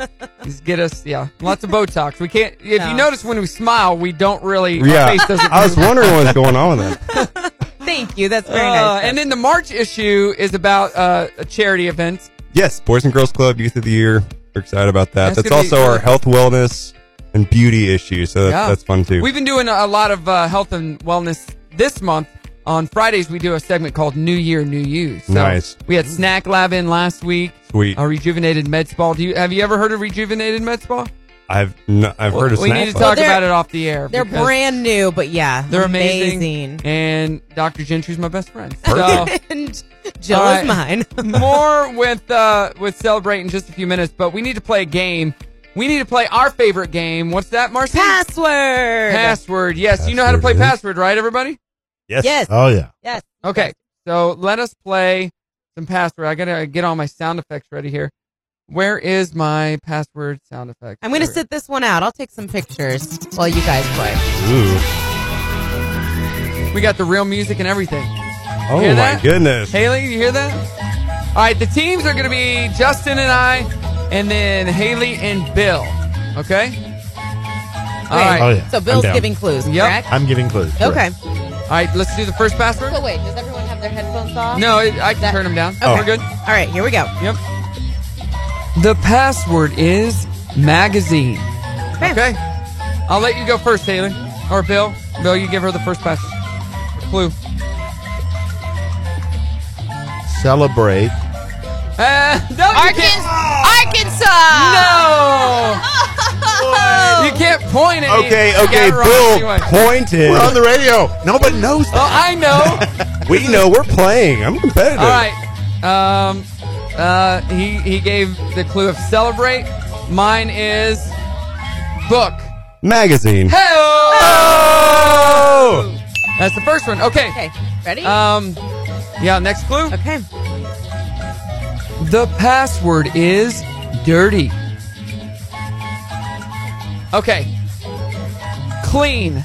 rejuvenated. Just get us, yeah. Lots of Botox. We can't, if you notice when we smile, we don't really, yeah, our face doesn't I was move. wondering what was going on with that. Thank you. That's very Uh, nice. and then the March issue is about uh, a charity event. Yes, Boys and Girls Club Youth of the Year. We're excited about that. That's That's, gonna be- also our health, wellness, and beauty issues. So that's, that's fun too. We've been doing a lot of uh, health and wellness this month. On Fridays, we do a segment called New Year, New You. So Nice. We had Snack Lab in last week. Sweet. A rejuvenated med spa. Do you have you ever heard of rejuvenated med spa? I've no, I've heard of we need snack to Club. talk Well, about they're- it off the air. They're because brand new, but yeah, They're amazing. And Dr. Gentry's my best friend. So, Perfect. and Jill All is right. mine. More with uh, with celebrate in just a few minutes, but we need to play a game. We need to play our favorite game. What's that, Marcy? Password. Password. Yes, you know how to play Password is- password, right, everybody? Yes. Yes. Oh yeah. Yes. Okay. So let us play some password. I gotta get all my sound effects ready here. Where is my password sound effect? I'm going to sit this one out. I'll take some pictures while you guys play. We got the real music and everything. Oh Hear my that? goodness. Haley, you hear that? All right, the teams are going to be Justin and I, and then Haley and Bill. Okay? All Wait, right. Oh, yeah. So Bill's giving clues, Yep. correct? I'm giving clues. Okay. All right, let's do the first password. So wait, does everyone have their headphones off? No, it, I can turn them down. Oh. Okay. We're good. All right, here we go. Yep. The password is magazine. Okay. I'll let you go first, Haley. Or Bill. Bill, you give her the first pass. Clue. Celebrate. Uh, no, you can't. Arkansas. No. you can't point at me. Okay, You got okay, it wrong Bill anyway. pointed. We're on the radio. Nobody knows Oh, I know. We know we're playing. I'm competitive. All right. Um, uh, he he gave the clue of celebrate. Mine is book. Magazine. Hey. Oh! That's the first one. Okay. Okay. Ready? Um, yeah. Next clue. Okay. The password is dirty. Okay. Clean.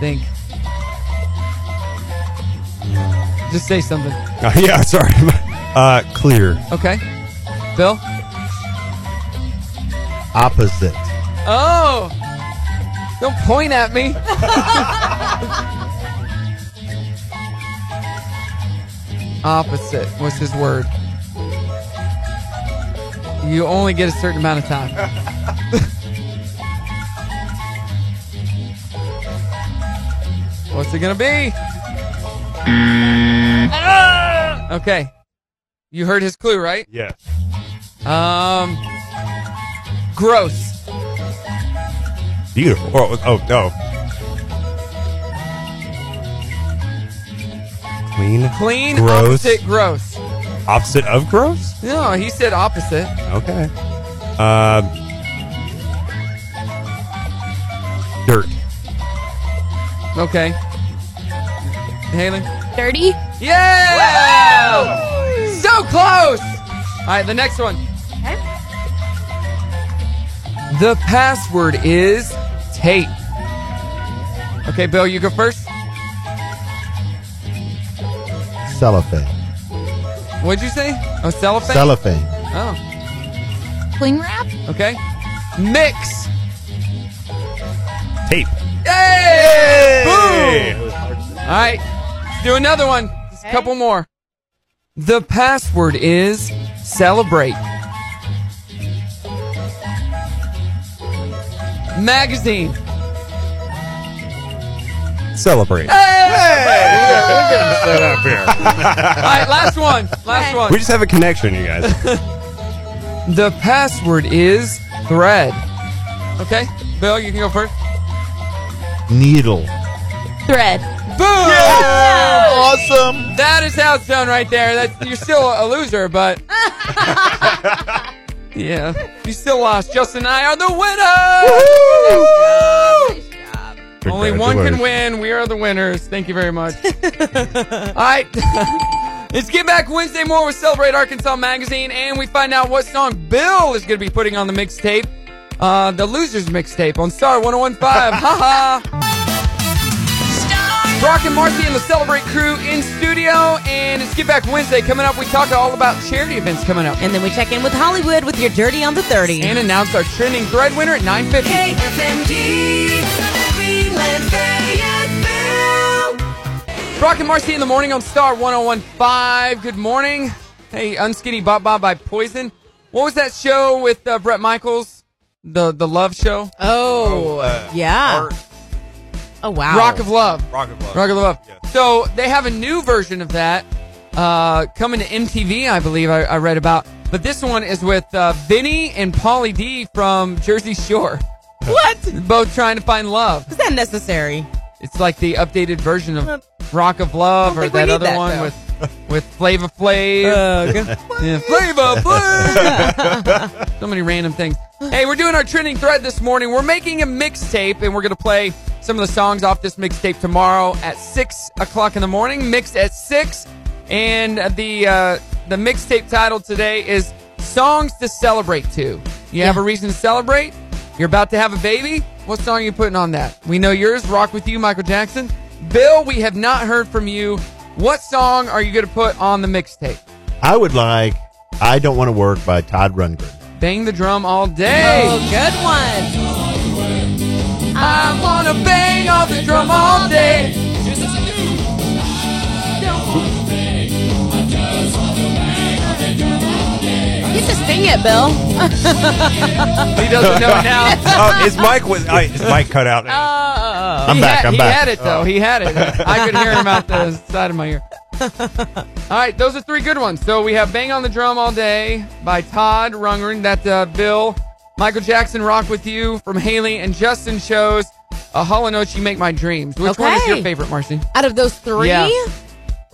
Think. Just say something. Uh, yeah, sorry. uh, clear. Okay. Bill? Opposite. Oh! Don't point at me. Opposite was his word. You only get a certain amount of time. What's it gonna be? Okay. You heard his clue, right? Yes. Um gross. Beautiful. Oh, oh no. Clean. Clean, Gross. opposite, gross. Opposite of gross? No, he said opposite. Okay. Um, dirt. Okay. Haley? Dirty. Yeah! So close! All right, the next one. The password is tape. Okay, Bill, you go first. Cellophane. What'd you say? Oh, cellophane? Cellophane. Oh, Cling wrap. okay. Mix. Tape. Hey! Boom! All right, let's do another one. Just a couple more. The password is celebrate. Magazine. Celebrate. All right, last one. Last one. We just have a connection, you guys. The password is thread. Okay, Bill, you can go first. Needle. Thread. Boom! Awesome. That is how it's done right there. That's, you're still a loser, but. yeah. You still lost. Justin and I are the Oh winner! Only one can win. We are the winners. Thank you very much. All right. It's Get Back Wednesday more with Celebrate Arkansas Magazine, and we find out what song Bill is going to be putting on the mixtape, uh, the Losers mixtape on Star 1015. Ha ha. Brock and Marcy and the Celebrate crew in studio, and it's Get Back Wednesday coming up. We talk all about charity events coming up, And then we check in with Hollywood with your dirty on the 30. and announce our trending thread winner at 950. KFMD, Greenland, Fayetteville. Brock and Marcy in the morning on Star 1015. Good morning. Hey, Unskinny Bob Bob by Poison. What was that show with uh, Brett Michaels? The the love show. Oh, yeah. Oh wow. uh, Rock of Love. Rock of Love. Rock of Love. So they have a new version of that uh, coming to MTV, I believe I, I read about. But this one is with uh, Vinny and Pauly D from Jersey Shore. What? Both trying to find love. Is that necessary? It's like the updated version of Rock of Love I or don't that think we need other that, one though. Oh, with with Flava Flav. yeah, Flava Flav. so many random things. Hey, we're doing our trending thread this morning. We're making a mixtape, and we're going to play some of the songs off this mixtape tomorrow at six o'clock in the morning. Mixed at six, and the uh, the mixtape title today is "Songs to Celebrate To." You have a reason to celebrate. You're about to have a baby. What song are you putting on that? We know yours. Rock with you, Michael Jackson. Bill, we have not heard from you. What song are you going to put on the mixtape? I would like I Don't Want to Work by Todd Rundgren. Bang the drum all day. Oh, good one. I wanna bang on the drum all day. You should sing it, Bill. he doesn't know it now. oh, is Mike was? Oh, is Mike cut out? he Uh, I'm back, Had, I'm he back. had it though. Oh. He had it. I could hear him out the side of my ear. All right, those are three good ones. So we have "Bang on the Drum All Day" by Todd Rundgren. That's uh, Bill, Michael Jackson, "Rock with You" from Haley, and Justin shows "A Hollow Note." You make my dreams. Which one is Okay. your favorite, Marcy? Out of those three, Yeah.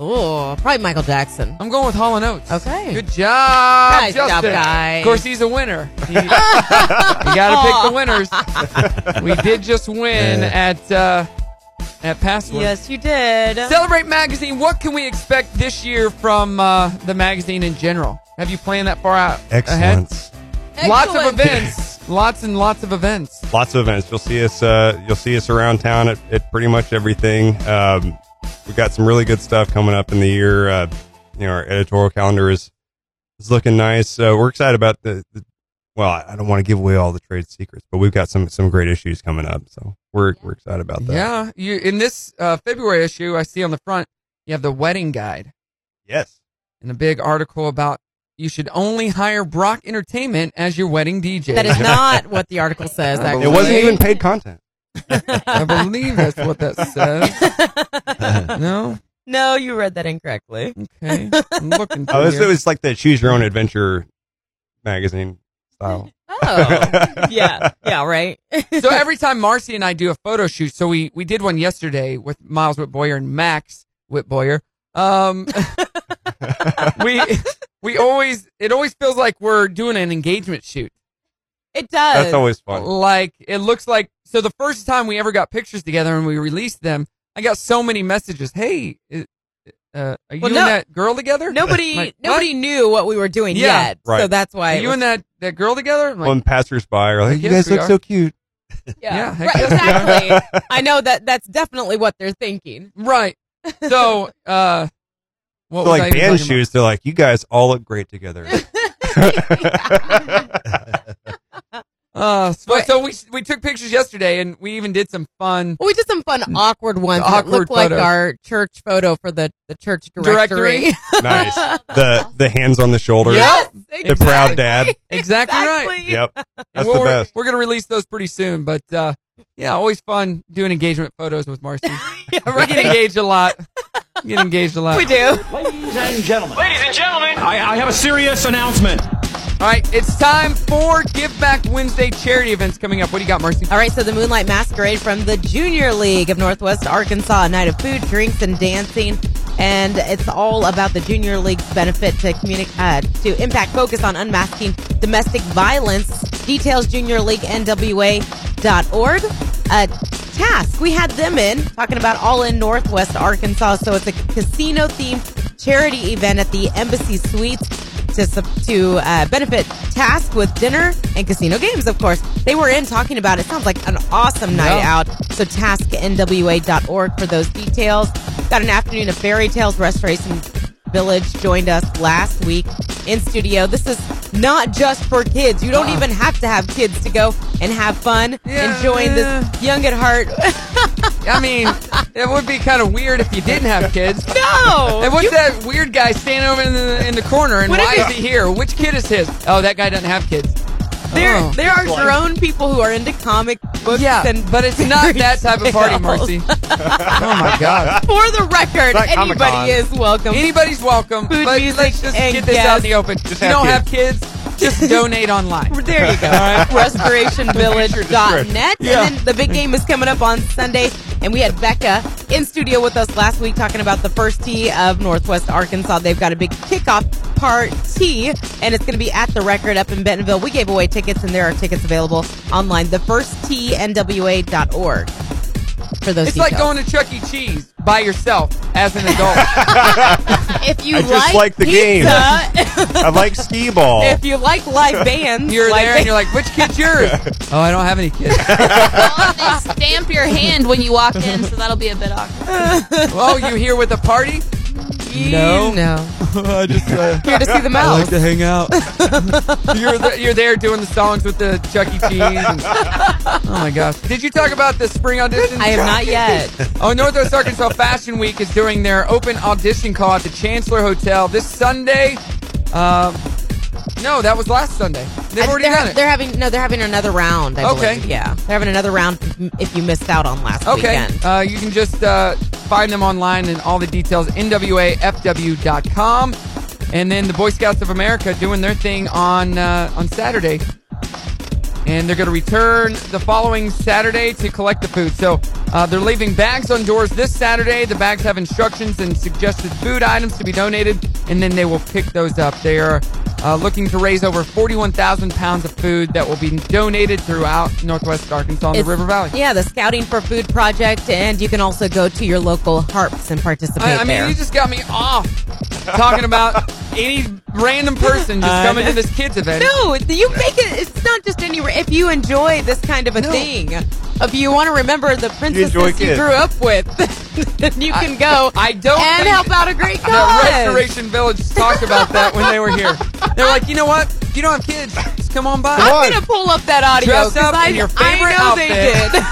oh, probably Michael Jackson. I'm going with Hall and Oates. Okay. Good job, Nice job, Justin. guys. Of course, he's a winner. You, you gotta pick the winners. we did just win at uh, at Password. Yes, you did. Celebrate Magazine. What can we expect this year from uh, the magazine in general? Have you planned that far out ahead? Excellent. Lots of Excellent. events. lots and lots of events. Lots of events. You'll see us. Uh, you'll see us around town at, at pretty much everything. Um, we've got some really good stuff coming up in the year. Uh, you know, our editorial calendar is is looking nice. Uh, we're excited about the. the well, I I don't want to give away all the trade secrets, but we've got some some great issues coming up, so we're we're excited about that. Yeah. You in this uh, February issue, I see on the front you have the wedding guide. Yes. And a big article about you should only hire Brock Entertainment as your wedding DJ. That is not what the article says. I actually. It wasn't even paid content. I believe that's what that says. no. No, you read that incorrectly. Okay, I'm looking. Oh, it's, it's like the Choose Your Own Adventure magazine style. Oh, yeah, yeah, right. so every time Marcy and I do a photo shoot, so we we did one yesterday with Miles Whitboyer and Max Whitboyer. Um, we we always it always feels like we're doing an engagement shoot. It does. That's always fun. Like it looks like so the first time we ever got pictures together and we released them, I got so many messages. Hey, i- uh, are you Well, and no- that girl together? Nobody, Like, what? nobody knew what we were doing Yeah, yet, so right. that's why Are it you was- and that that girl together? I'm like, When passersby are like, you Yes, guys we look are." so cute. yeah, heck right, yeah. exactly. I know that that's definitely what they're thinking. Right. So, uh, what So, was I like even band talking about? shoes, they're like, you guys all look great together. Uh, so, so we we took pictures yesterday, and we even did some fun Well, we did some fun awkward ones. that Awkward looked like photos. our church photo for the the church directory. directory. nice. The the hands on the shoulder. Yep. The proud dad. Exactly, right. Yep. That's Well, the we're, best. we're gonna release those pretty soon, but uh, yeah, always fun doing engagement photos with Marcy. yeah, We get engaged a lot. We get engaged a lot. We do. Ladies and gentlemen. Ladies and gentlemen. I, I have a serious announcement. All right, it's time for Give Back Wednesday charity events coming up. What do you got, Marcy? All right, so the Moonlight Masquerade from the Junior League of Northwest Arkansas, a night of food, drinks, and dancing. And it's all about the Junior League's benefit to communi- uh, to impact focus on unmasking domestic violence. Details Junior League NWA.org. Uh, task, we had them in, talking about all in Northwest Arkansas. So it's a casino themed charity event at the Embassy Suites to sup- to uh, benefit task with dinner and casino games of course they were in talking about it sounds like an awesome night Yeah. out so tasknwa.org for those details got an afternoon of fairy tales restoration village joined us last week in studio this is not just for kids you don't even have to have kids to go and have fun Yeah, enjoying yeah. this young at heart I mean, it would be kind of weird if you didn't have kids. No. And what's that weird guy standing over in the in the corner? And What if why is it- he here? Which kid is his? Oh, that guy doesn't have kids. There, Oh. there are grown people who are into comic books. Yeah, and but it's not that type of party, Marcy. Oh my God. For the record, Like anybody Comic-Con. is welcome. Anybody's welcome. Food, but music, let's just and get this out in the guests. open. Just if you have don't have kids, just donate online. There you go. All right. RespirationVillage.net. Yeah. And then the big game is coming up on Sunday. And we had Becca in studio with us last week talking about the first tee of Northwest Arkansas. They've got a big kickoff party, and it's going to be at the record up in Bentonville. We gave away tickets, and there are tickets available online. The first TNWA.org for those It's like details. going to Chuck E. Cheese by yourself as an adult. if you I just like like the game. I like skee ball. If you like live bands, You're live there and you're like, which kid's yours? oh, I don't have any kids. Stamp your hand when you walk in, so that'll be a bit awkward. oh, you here with a party? No. no. I just uh, Here to see the I mouse. like to hang out. you're the, you're there doing the songs with the Chuck E. Cheese. and- oh my gosh! Did you talk about the spring audition? I have not yet. Oh, Northwest Arkansas Fashion Week is doing their open audition call at the Chancellor Hotel this Sunday. Um, no, that was last Sunday. They've I- already they're, done it. they're having no, they're having another round. I Okay. believe. yeah, they're having another round if you missed out on last Okay. weekend. Uh, you can just uh, find them online and all the details, nwafw.com. And then the Boy Scouts of America doing their thing on uh, on Saturday. And they're going to return the following Saturday to collect the food. So uh, they're leaving bags on doors this Saturday. The bags have instructions and suggested food items to be donated, and then they will pick those up. They are uh, looking to raise over 41,000 pounds of food that will be donated throughout Northwest Arkansas and the It's- River Valley. Yeah, the Scouting for Food project, and you can also go to your local harps and participate I, I mean, there. you just got me off talking about any random person just I coming know. to this kids event. no, you make it. It's not just anywhere. If you enjoy this kind of a thing, if you want to remember the princesses you, enjoy kids. grew up with, then you can go. I don't and think help out a great The cause. Restoration Village talked about that when they were here. They're like, you know what? You don't have kids. Just come on by. I'm gonna pull up that audio. Dress 'cause up I, in your I favorite know outfit. they did.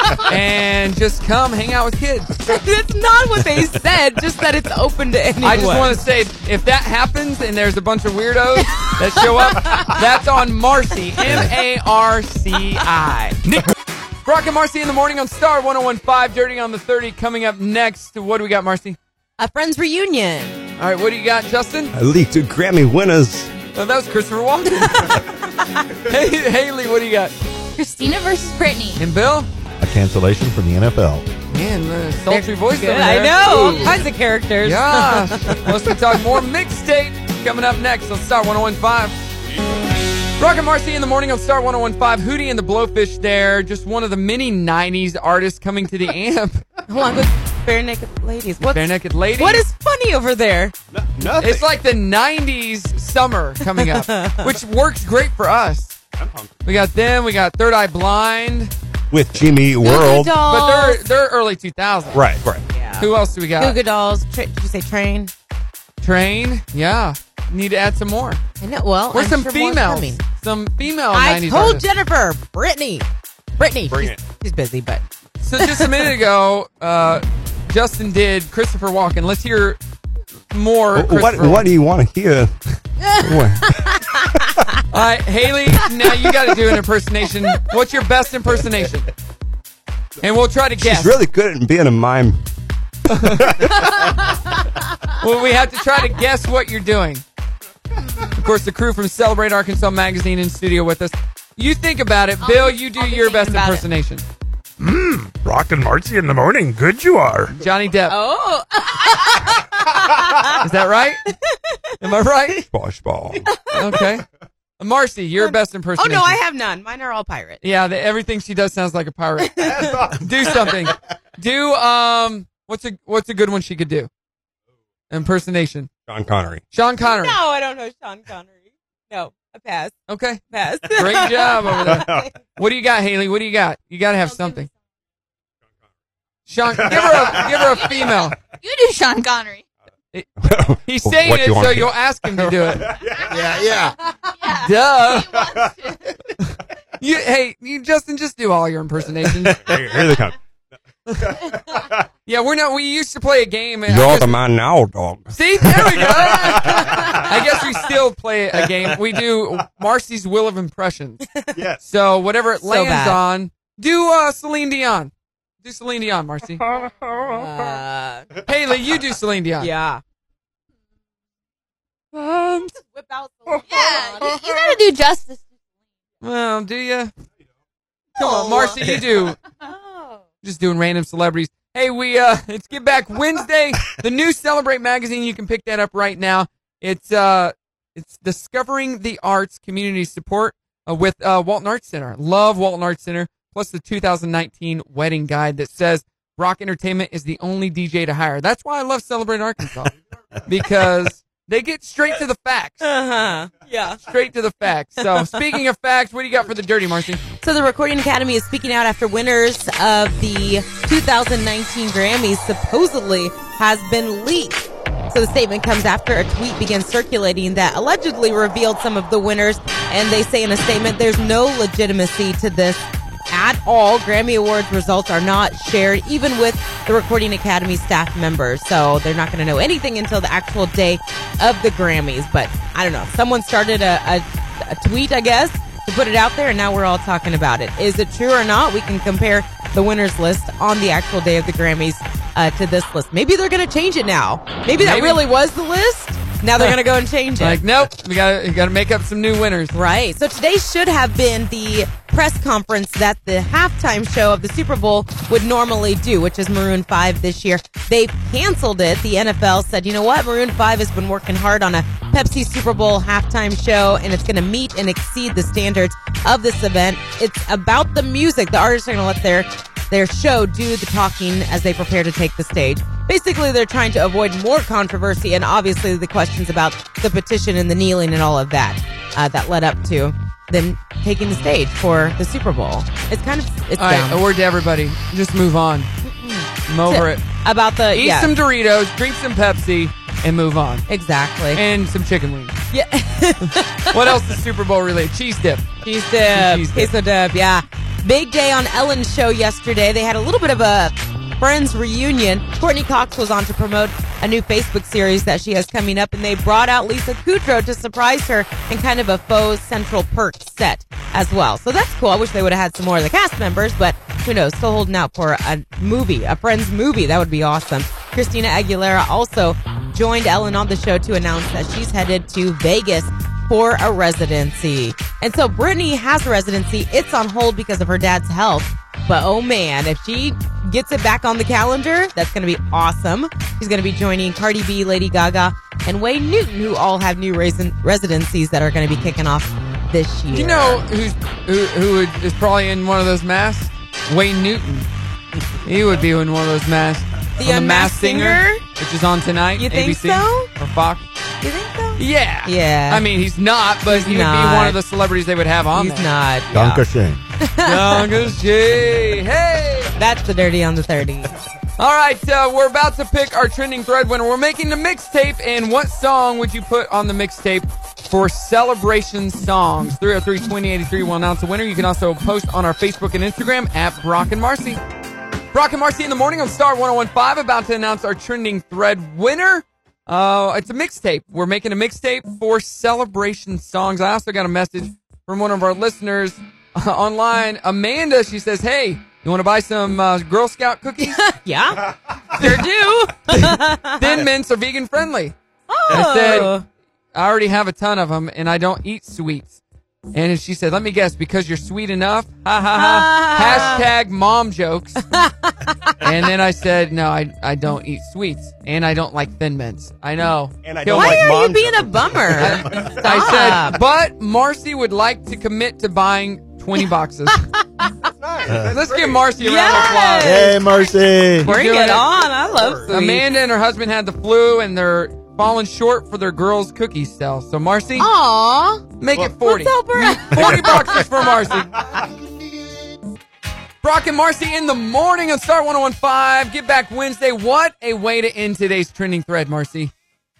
and just come hang out with kids. That's not what they said. Just that it's open to anyone. I just want to say, if that happens and there's a bunch of weirdos that show up, that's on Marcy. M A R C I. Nick. Brock and Marcy in the morning on Star 1015, Dirty on the 30. Coming up next, what do we got, Marcy? a friends reunion. All right, what do you got, Justin? Elite two Grammy winners. Oh, that was Christopher Walken. hey, Haley, what do you got? Christina versus Brittany. And Bill? A cancellation from the NFL. Man, the sultry voice Good. over I there. know. All Ooh. kinds of characters. Gosh. Plus, we talk more mixtape coming up next on Star 1015. Rock and Marcy in the morning on Star 1015. Hootie and the Blowfish there. Just one of the many 90s artists coming to the amp. Along with bare naked ladies. What's, Bare Naked Lady. What is funny over there? nothing. It's like the 90s summer coming up, which works great for us. We got them. We got Third Eye Blind. With Jimmy Eat World. But they're, they're early 2000s. Right, right. Who else do we got? Goo Goo Dolls. Tra- did you say train? Train. Yeah. Need to add some more. I know. Well, Or I'm some sure more is females. coming. Some female I 90s told artists. Jennifer, Brittany, Brittany. Bring she's, she's busy, but So just a minute ago, uh, Justin did Christopher Walken. Let's hear more. Wh- What, Christopher what do you want to hear? What? Walken. All right, Haley. Now you got to do an impersonation. What's your best impersonation? And we'll try to guess. She's really good at being a mime. well, we have to try to guess what you're doing. Of course, the crew from Celebrate Arkansas Magazine in studio with us. You think about it, Bill. You do your best impersonation. Mmm, Rock and Marcy in the morning. Good you are. Johnny Depp. Oh. Is that right? Am I right? Bosh ball. Okay. Marcy, your best oh impersonation. no, I have none. Mine are all pirates. Yeah, the, everything she does sounds like a pirate. do something. Do um, what's a what's a good one she could do? Impersonation. John Connery. Sean Connery. No, I don't know Sean Connery. No, I pass. Okay, pass. Great job over there. What do you got, Haley? What do you got? You got to have something. Sean, give her a give her a female. You do Sean Connery. He's saying What do it, you want so to- you'll ask him to do it. Yeah, yeah. Duh. you, hey, you, Justin, just do all your impersonations. Here, here they come. yeah, we're not. We used to play a game. and I You're guess- the man now, dog. See, there we go. I guess we still play a game. We do Marcy's Will of Impressions. Yes. So whatever it So lands bad. on, do uh, Celine Dion. Do Celine Dion, Marcy. Uh, Haley, you do Celine Dion. Yeah. Um, Whip out yeah, you, you gotta do justice. Well, do you? Come on, Marcy, you do. Oh. Just doing random celebrities. Hey, we uh it's Get Back Wednesday. the new Celebrate magazine, you can pick that up right now. It's uh it's discovering the arts community support uh, with uh, Walton Arts Center. Love Walton Arts Center. Plus the 2019 wedding guide that says Rock Entertainment is the only DJ to hire. That's why I love Celebrate Arkansas because they get straight to the facts. Uh-huh. Yeah. Straight to the facts. So speaking of facts, what do you got for the dirty, Marcy? So the Recording Academy is speaking out after winners of the 2019 Grammys supposedly has been leaked. So the statement comes after a tweet began circulating that allegedly revealed some of the winners, and they say in a statement, "There's no legitimacy to this at all. Grammy Awards results are not shared, even with the Recording Academy staff members. So they're not going to know anything until the actual day of the Grammys. But I don't know. Someone started a, a, a tweet, I guess, to put it out there, and now we're all talking about it. Is it true or not? We can compare the winners list on the actual day of the Grammys uh, to this list. Maybe they're going to change it now. Maybe that Maybe. really was the list. Now they're going to go and change it. Like, nope, we got to got to make up some new winners. Right. So today should have been the press conference that the halftime show of the Super Bowl would normally do, which is Maroon 5 this year. They've canceled it. The NFL said, you know what? Maroon 5 has been working hard on a Pepsi Super Bowl halftime show, and it's going to meet and exceed the standards of this event. It's about the music. The artists are going to let their their show do the talking as they prepare to take the stage. Basically, they're trying to avoid more controversy and obviously the questions about the petition and the kneeling and all of that uh, that led up to them taking the stage for the Super Bowl. It's kind of it's All right, dumb. a word to everybody. Just move on. I'm over it. about the Eat yeah. some Doritos, drink some Pepsi, and move on. Exactly. And some chicken wings. Yeah. what else is Super Bowl related? Cheese dip. Cheese dip. Queso dip, yeah. Big day on Ellen's show yesterday. They had a little bit of a friends reunion. Courtney Cox was on to promote a new Facebook series that she has coming up, and they brought out Lisa Kudrow to surprise her in kind of a faux Central Perk set as well. So that's cool. I wish they would have had some more of the cast members, but who knows? Still holding out for a movie, a friends movie. That would be awesome. Christina Aguilera also joined Ellen on the show to announce that she's headed to Vegas for a residency. And so Brittany has a residency. It's on hold because of her dad's health. But oh man, if she gets it back on the calendar, that's going to be awesome. She's going to be joining Cardi B, Lady Gaga, and Wayne Newton, who all have new resin- residencies that are going to be kicking off this year. Do you know who's who, who would, is probably in one of those masks? Wayne Newton. He would be in one of those masks. The On Unmasked Singer? which is on tonight. You think ABC so? Or Fox? You think so? Yeah. Yeah. I mean, he's not, but He's he would not. be one of the celebrities they would have on. He's not. Donka Shane. Youngest G. Hey! That's the dirty on the 30. All right, uh, we're about to pick our trending thread winner. We're making the mixtape, and what song would you put on the mixtape for celebration songs? 303 2083 will announce the winner. You can also post on our Facebook and Instagram at Brock and Marcy. Brock and Marcy in the morning on Star 1015, about to announce our trending thread winner. Uh, it's a mixtape. We're making a mixtape for celebration songs. I also got a message from one of our listeners uh, online, Amanda. She says, Hey, you want to buy some uh, Girl Scout cookies? yeah. Sure do. Thin mints are vegan friendly. I said, I already have a ton of them and I don't eat sweets. And she said, let me guess, because you're sweet enough? Ha ha ha. Hashtag mom jokes. and then I said, no, I, I don't eat sweets and I don't like thin mints. I know. And I Why are you being a bummer? I said, but Marcy would like to commit to buying 20 boxes. Let's give Marcy a round of applause. Hey, Mercy. We're doing I love sweets. Amanda and her husband had the flu, and they're falling short for their girls' cookie sale. So Marcy, Oh, Aw. make it forty. Let's help her out. Forty boxes for Marcy. Brock and Marcy in the morning on Star 1015. Get back Wednesday. What a way to end today's trending thread, Marcy.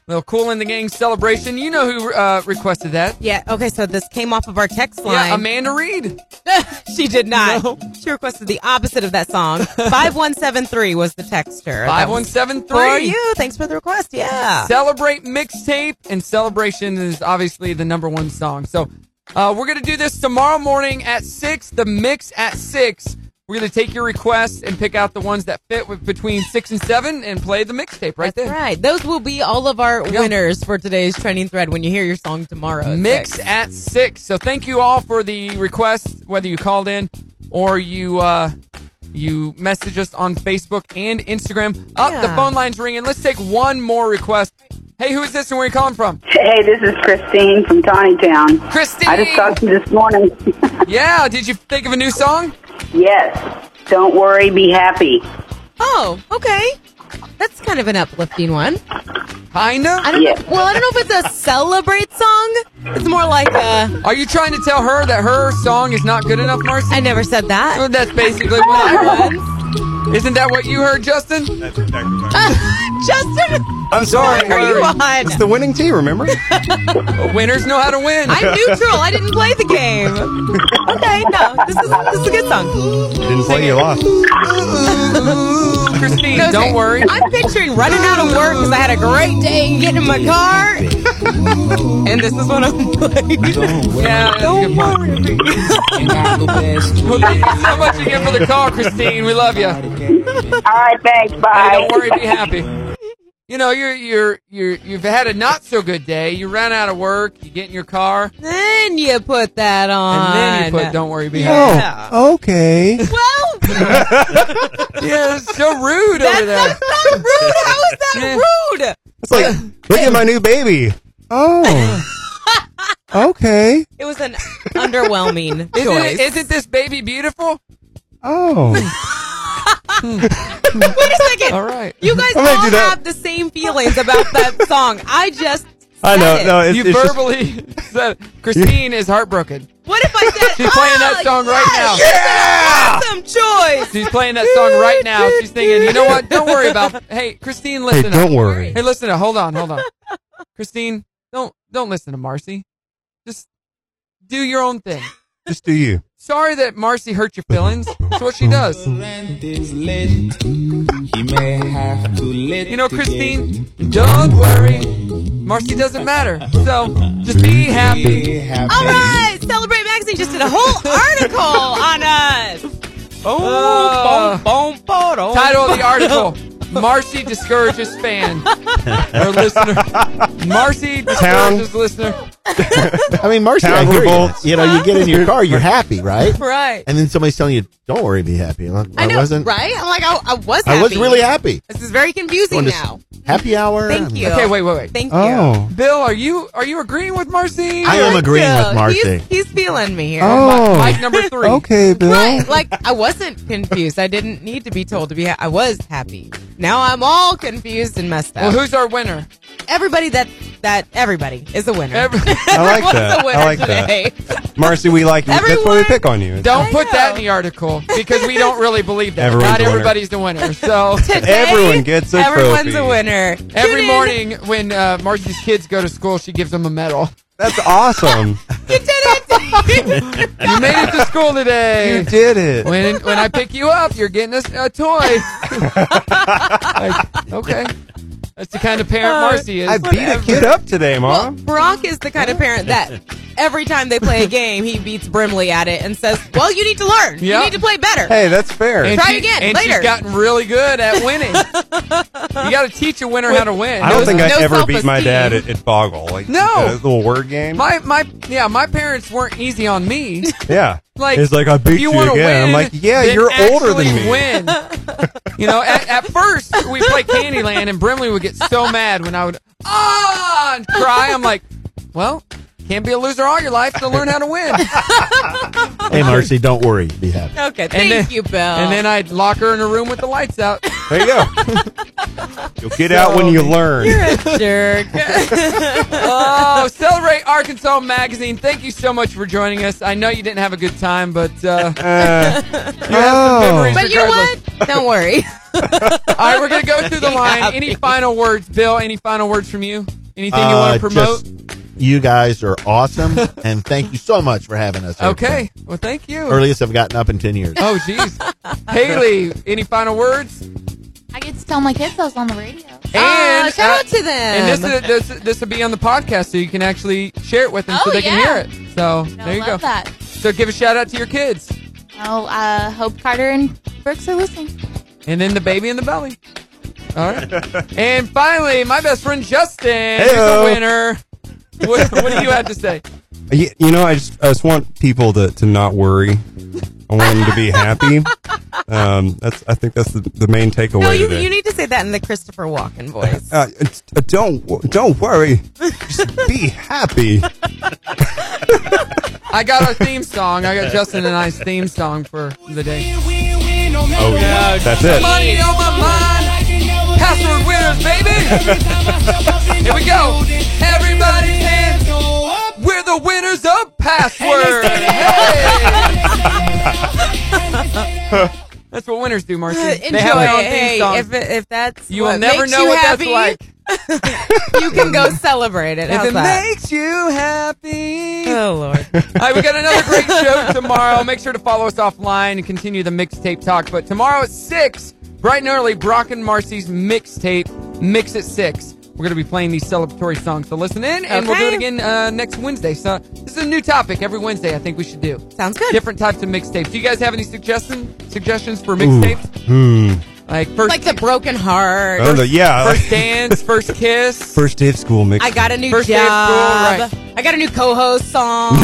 little cool in the gang celebration. You know who uh, requested that? Yeah. Okay. So this came off of our text line. Yeah, Amanda Reed. she did not. She requested the opposite of that song. Five one seven three was the texter. That was 5173. for you. Thanks for the request. Yeah. Celebrate mixtape, and celebration is obviously the number one song. So uh, we're going to do this tomorrow morning at 6, the mix at 6. We're going to take your requests and pick out the ones that fit with between 6 and 7 and play the mixtape right there. Right. Those will be all of our winners for today's trending thread when you hear your song tomorrow. at Mix six. at six. So thank you all for the request, whether you called in or you uh, you message us on Facebook and Instagram. Up the Yeah. phone lines ringing. Let's take one more request. Hey, who is this and where are you calling from? Hey, this is Christine from Tawny Town. Christine! I just talked to you this morning. yeah, did you think of a new song? Yes. Don't worry, be happy. Oh, okay. That's kind of an uplifting one. Kind of. I don't Yeah. know. Well, I don't know if it's a celebrate song. It's more like a. Are you trying to tell her that her song is not good enough, Marcy? I never said that. Well, that's basically what I was. Isn't that what you heard, Justin? That's exactly what Justin, I'm sorry. Are you on? It's the winning team, remember? Winners know how to win. I'm neutral. I didn't play the game. Okay, no, this is this is a good song. Didn't play, you lost. Christine, No, don't okay. worry. I'm picturing running out of work because I had a great day and getting in my car, and this is what I'm playing. Yeah, don't worry. Well, thank you so much again for the call, Christine. We love you. All right, thanks. Bye. Hey, don't worry, be happy. You know, you're you're you're you've had a not so good day. You ran out of work. You get in your car, Then you put that on. and then you put "Don't worry, be happy." Oh, okay. Yeah, it's so rude over there. That's not rude. How is that rude? It's like, look at my new baby. Oh. okay. It was an Isn't, underwhelming choice. it, isn't this baby beautiful? Oh. Wait a second. All right. You guys I'm gonna all do that. have the same feelings about that song. I just. I know. No, it's, you it's just- verbally said Christine is heartbroken. What if I said? "Ah, She's playing that song right now. Awesome choice. She's playing that song right now. She's thinking, you know what? Don't worry about. Hey, Christine, listen. don't up. worry. Hey, listen. Up. Hold on, hold on. Christine, don't don't listen to Marcy. Just do your own thing. just do you. Sorry that Marcy hurt your feelings. That's what she does. You know, Christine, don't worry. Marcy doesn't matter. So just be happy. All right, Celebrate Magazine just did a whole article on us. Oh, boom, boom, boom. Title of the article: Marcy discourages fan or listener. Marcy discourages listener. I mean, Marcy, I hear you. You know, you get in your car, you're happy, right? Right. And then somebody's telling you, don't worry, be happy. I'm like, I know, wasn't. right? I'm like, I, I was happy. I was really happy. This is very confusing Going to now. Happy hour. Thank you. Okay, wait, wait, wait. Thank you. Oh. Bill, are you are you agreeing with Marcy? I am agreeing with Marcy. He's, he's feeling me here. Oh. Mike number three. Okay, Bill. Right, like I wasn't confused. I didn't need to be told to be. Ha- I was happy. Now I'm all confused and messed Well, up. who's our winner? everybody that that everybody is a winner. Every- I like Everyone's that. a winner I like that. today. Marcy, we like you. That's why we pick on you. Don't put that in the article because we don't really believe that. Everyone's Not a winner. everybody's the winner. So Today, Everyone gets a everyone's trophy. a winner. Tune every in. morning when uh, Marcy's kids go to school, she gives them a medal. That's awesome. you did it. You made it to school today. you did it. When when I pick you up, you're getting us a toy. Like, okay, that's the kind of parent Marcy is. I beat a kid up today, Mom. Brock is the kind of parent that every time they play a game, he beats Brimley at it and says, "Well, you need to learn. Yeah. You need to play better." hey, that's fair. And Try she- again and later. she's gotten really good at winning. you got to teach a winner how to win. I don't No- think I no ever beat my self-esteem. dad at, at Boggle. Like No. uh, little word game. My my yeah, my parents weren't easy on me. yeah. Like it's like I if beat you, you wanna again. I'm win, like, yeah, then you're older actually than me. Win. you know, at, at first we played Candyland, and Brimley would get so mad when I would ah and cry. I'm like, well, Can't be a loser all your life, so learn how to win. Hey, Marcy, don't worry. Be happy. Okay, thank you, Bill. And then I'd lock her in a room with the lights out. There you go. You'll get out when you learn. jerk. oh, celebrate Arkansas Magazine. Thank you so much for joining us. I know you didn't have a good time, but uh, you oh. have some memories. But you know regardless. what? Don't worry. All right, we're gonna go through the line. Any final words, Bill? Any final words from you? Anything you want to Uh, promote? just, you guys are awesome, and thank you so much for having us. here. okay. Well, thank you. Earliest I've gotten up in 10 years. Oh, jeez. Haley, any final words? I get to tell my kids I was on the radio. And, Uh, uh, shout out to them. And this is, this this will be on the podcast, so you can actually share it with them, so Oh, they yeah. can hear it. So there you love go. that. So give a shout out to your kids, Oh, uh, hope Carter and Brooks are listening. and then the baby in the belly. All right. and finally, my best friend Justin is a Heyo. winner. What, what do you have to say? You, you know, I just I just want people to, to not worry. I want them to be happy. Um, that's I think that's the, the main takeaway No, you, today. you need to say that in the Christopher Walken voice. uh, it's- uh, don't wo- don't worry. Just be happy. I got our theme song. I got Justin and I's theme song for the day. Oh, yeah. That's it. Money on my mind. Password winners, baby. Here we go. Everybody's hands go up. We're the winners of Password. Hey. That's what winners do, Marcy. Uh, Enjoy. They have their own theme hey, song. if, it- if that's You what will never makes know you what that's happy, like. you can go celebrate If it. How's it that? makes you happy. Oh Lord. All right, we got another great show tomorrow. Make sure to follow us offline and continue the mixtape talk. But tomorrow at 6, bright and early, Brock and Marcy's mixtape, Mix at 6. We're going to be playing these celebratory songs. So listen in, and we'll do it Okay. again uh, next Wednesday. So this is a new topic every Wednesday I think we should do. Sounds good. Different types of mixtapes. Do you guys have any suggestion, suggestions for mixtapes? Hmm. Like first, like the broken heart. Oh, the- yeah. First dance, first kiss. First day of school mix. I got a new First day job. of school, I got a new co-host song.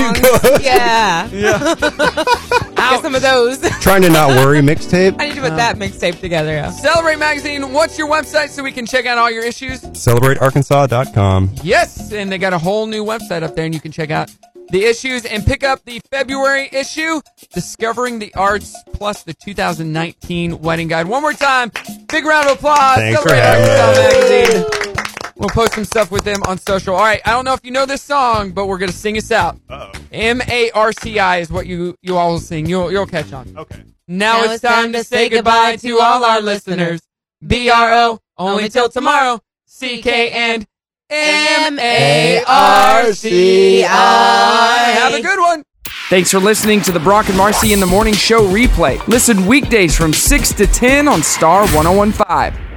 Yeah. Yeah. Get some of those. Trying to not worry mixtape. I need Uh-huh. to put that mixtape together. Yeah. Celebrate Magazine, what's your website so we can check out all your issues? CelebrateArkansas.com. Yes, and they got a whole new website up there, and you can check out the issues and pick up the February issue, Discovering the Arts, plus the 2019 Wedding Guide. One more time, big round of applause. Thanks for Celebrate having Arkansas us. Magazine. We'll post some stuff with them on social. All right, I don't know if you know this song, but we're gonna sing us out. M A R C I is what you you all sing. You'll you'll catch on. Okay. Now, it's time to say goodbye to all our listeners. B R O only till tomorrow. C K and M A R C I. Have a good one. Thanks for listening to the Brock and oh Marcy in the Morning Show replay. Listen weekdays from 6 to 10 on Star 1015.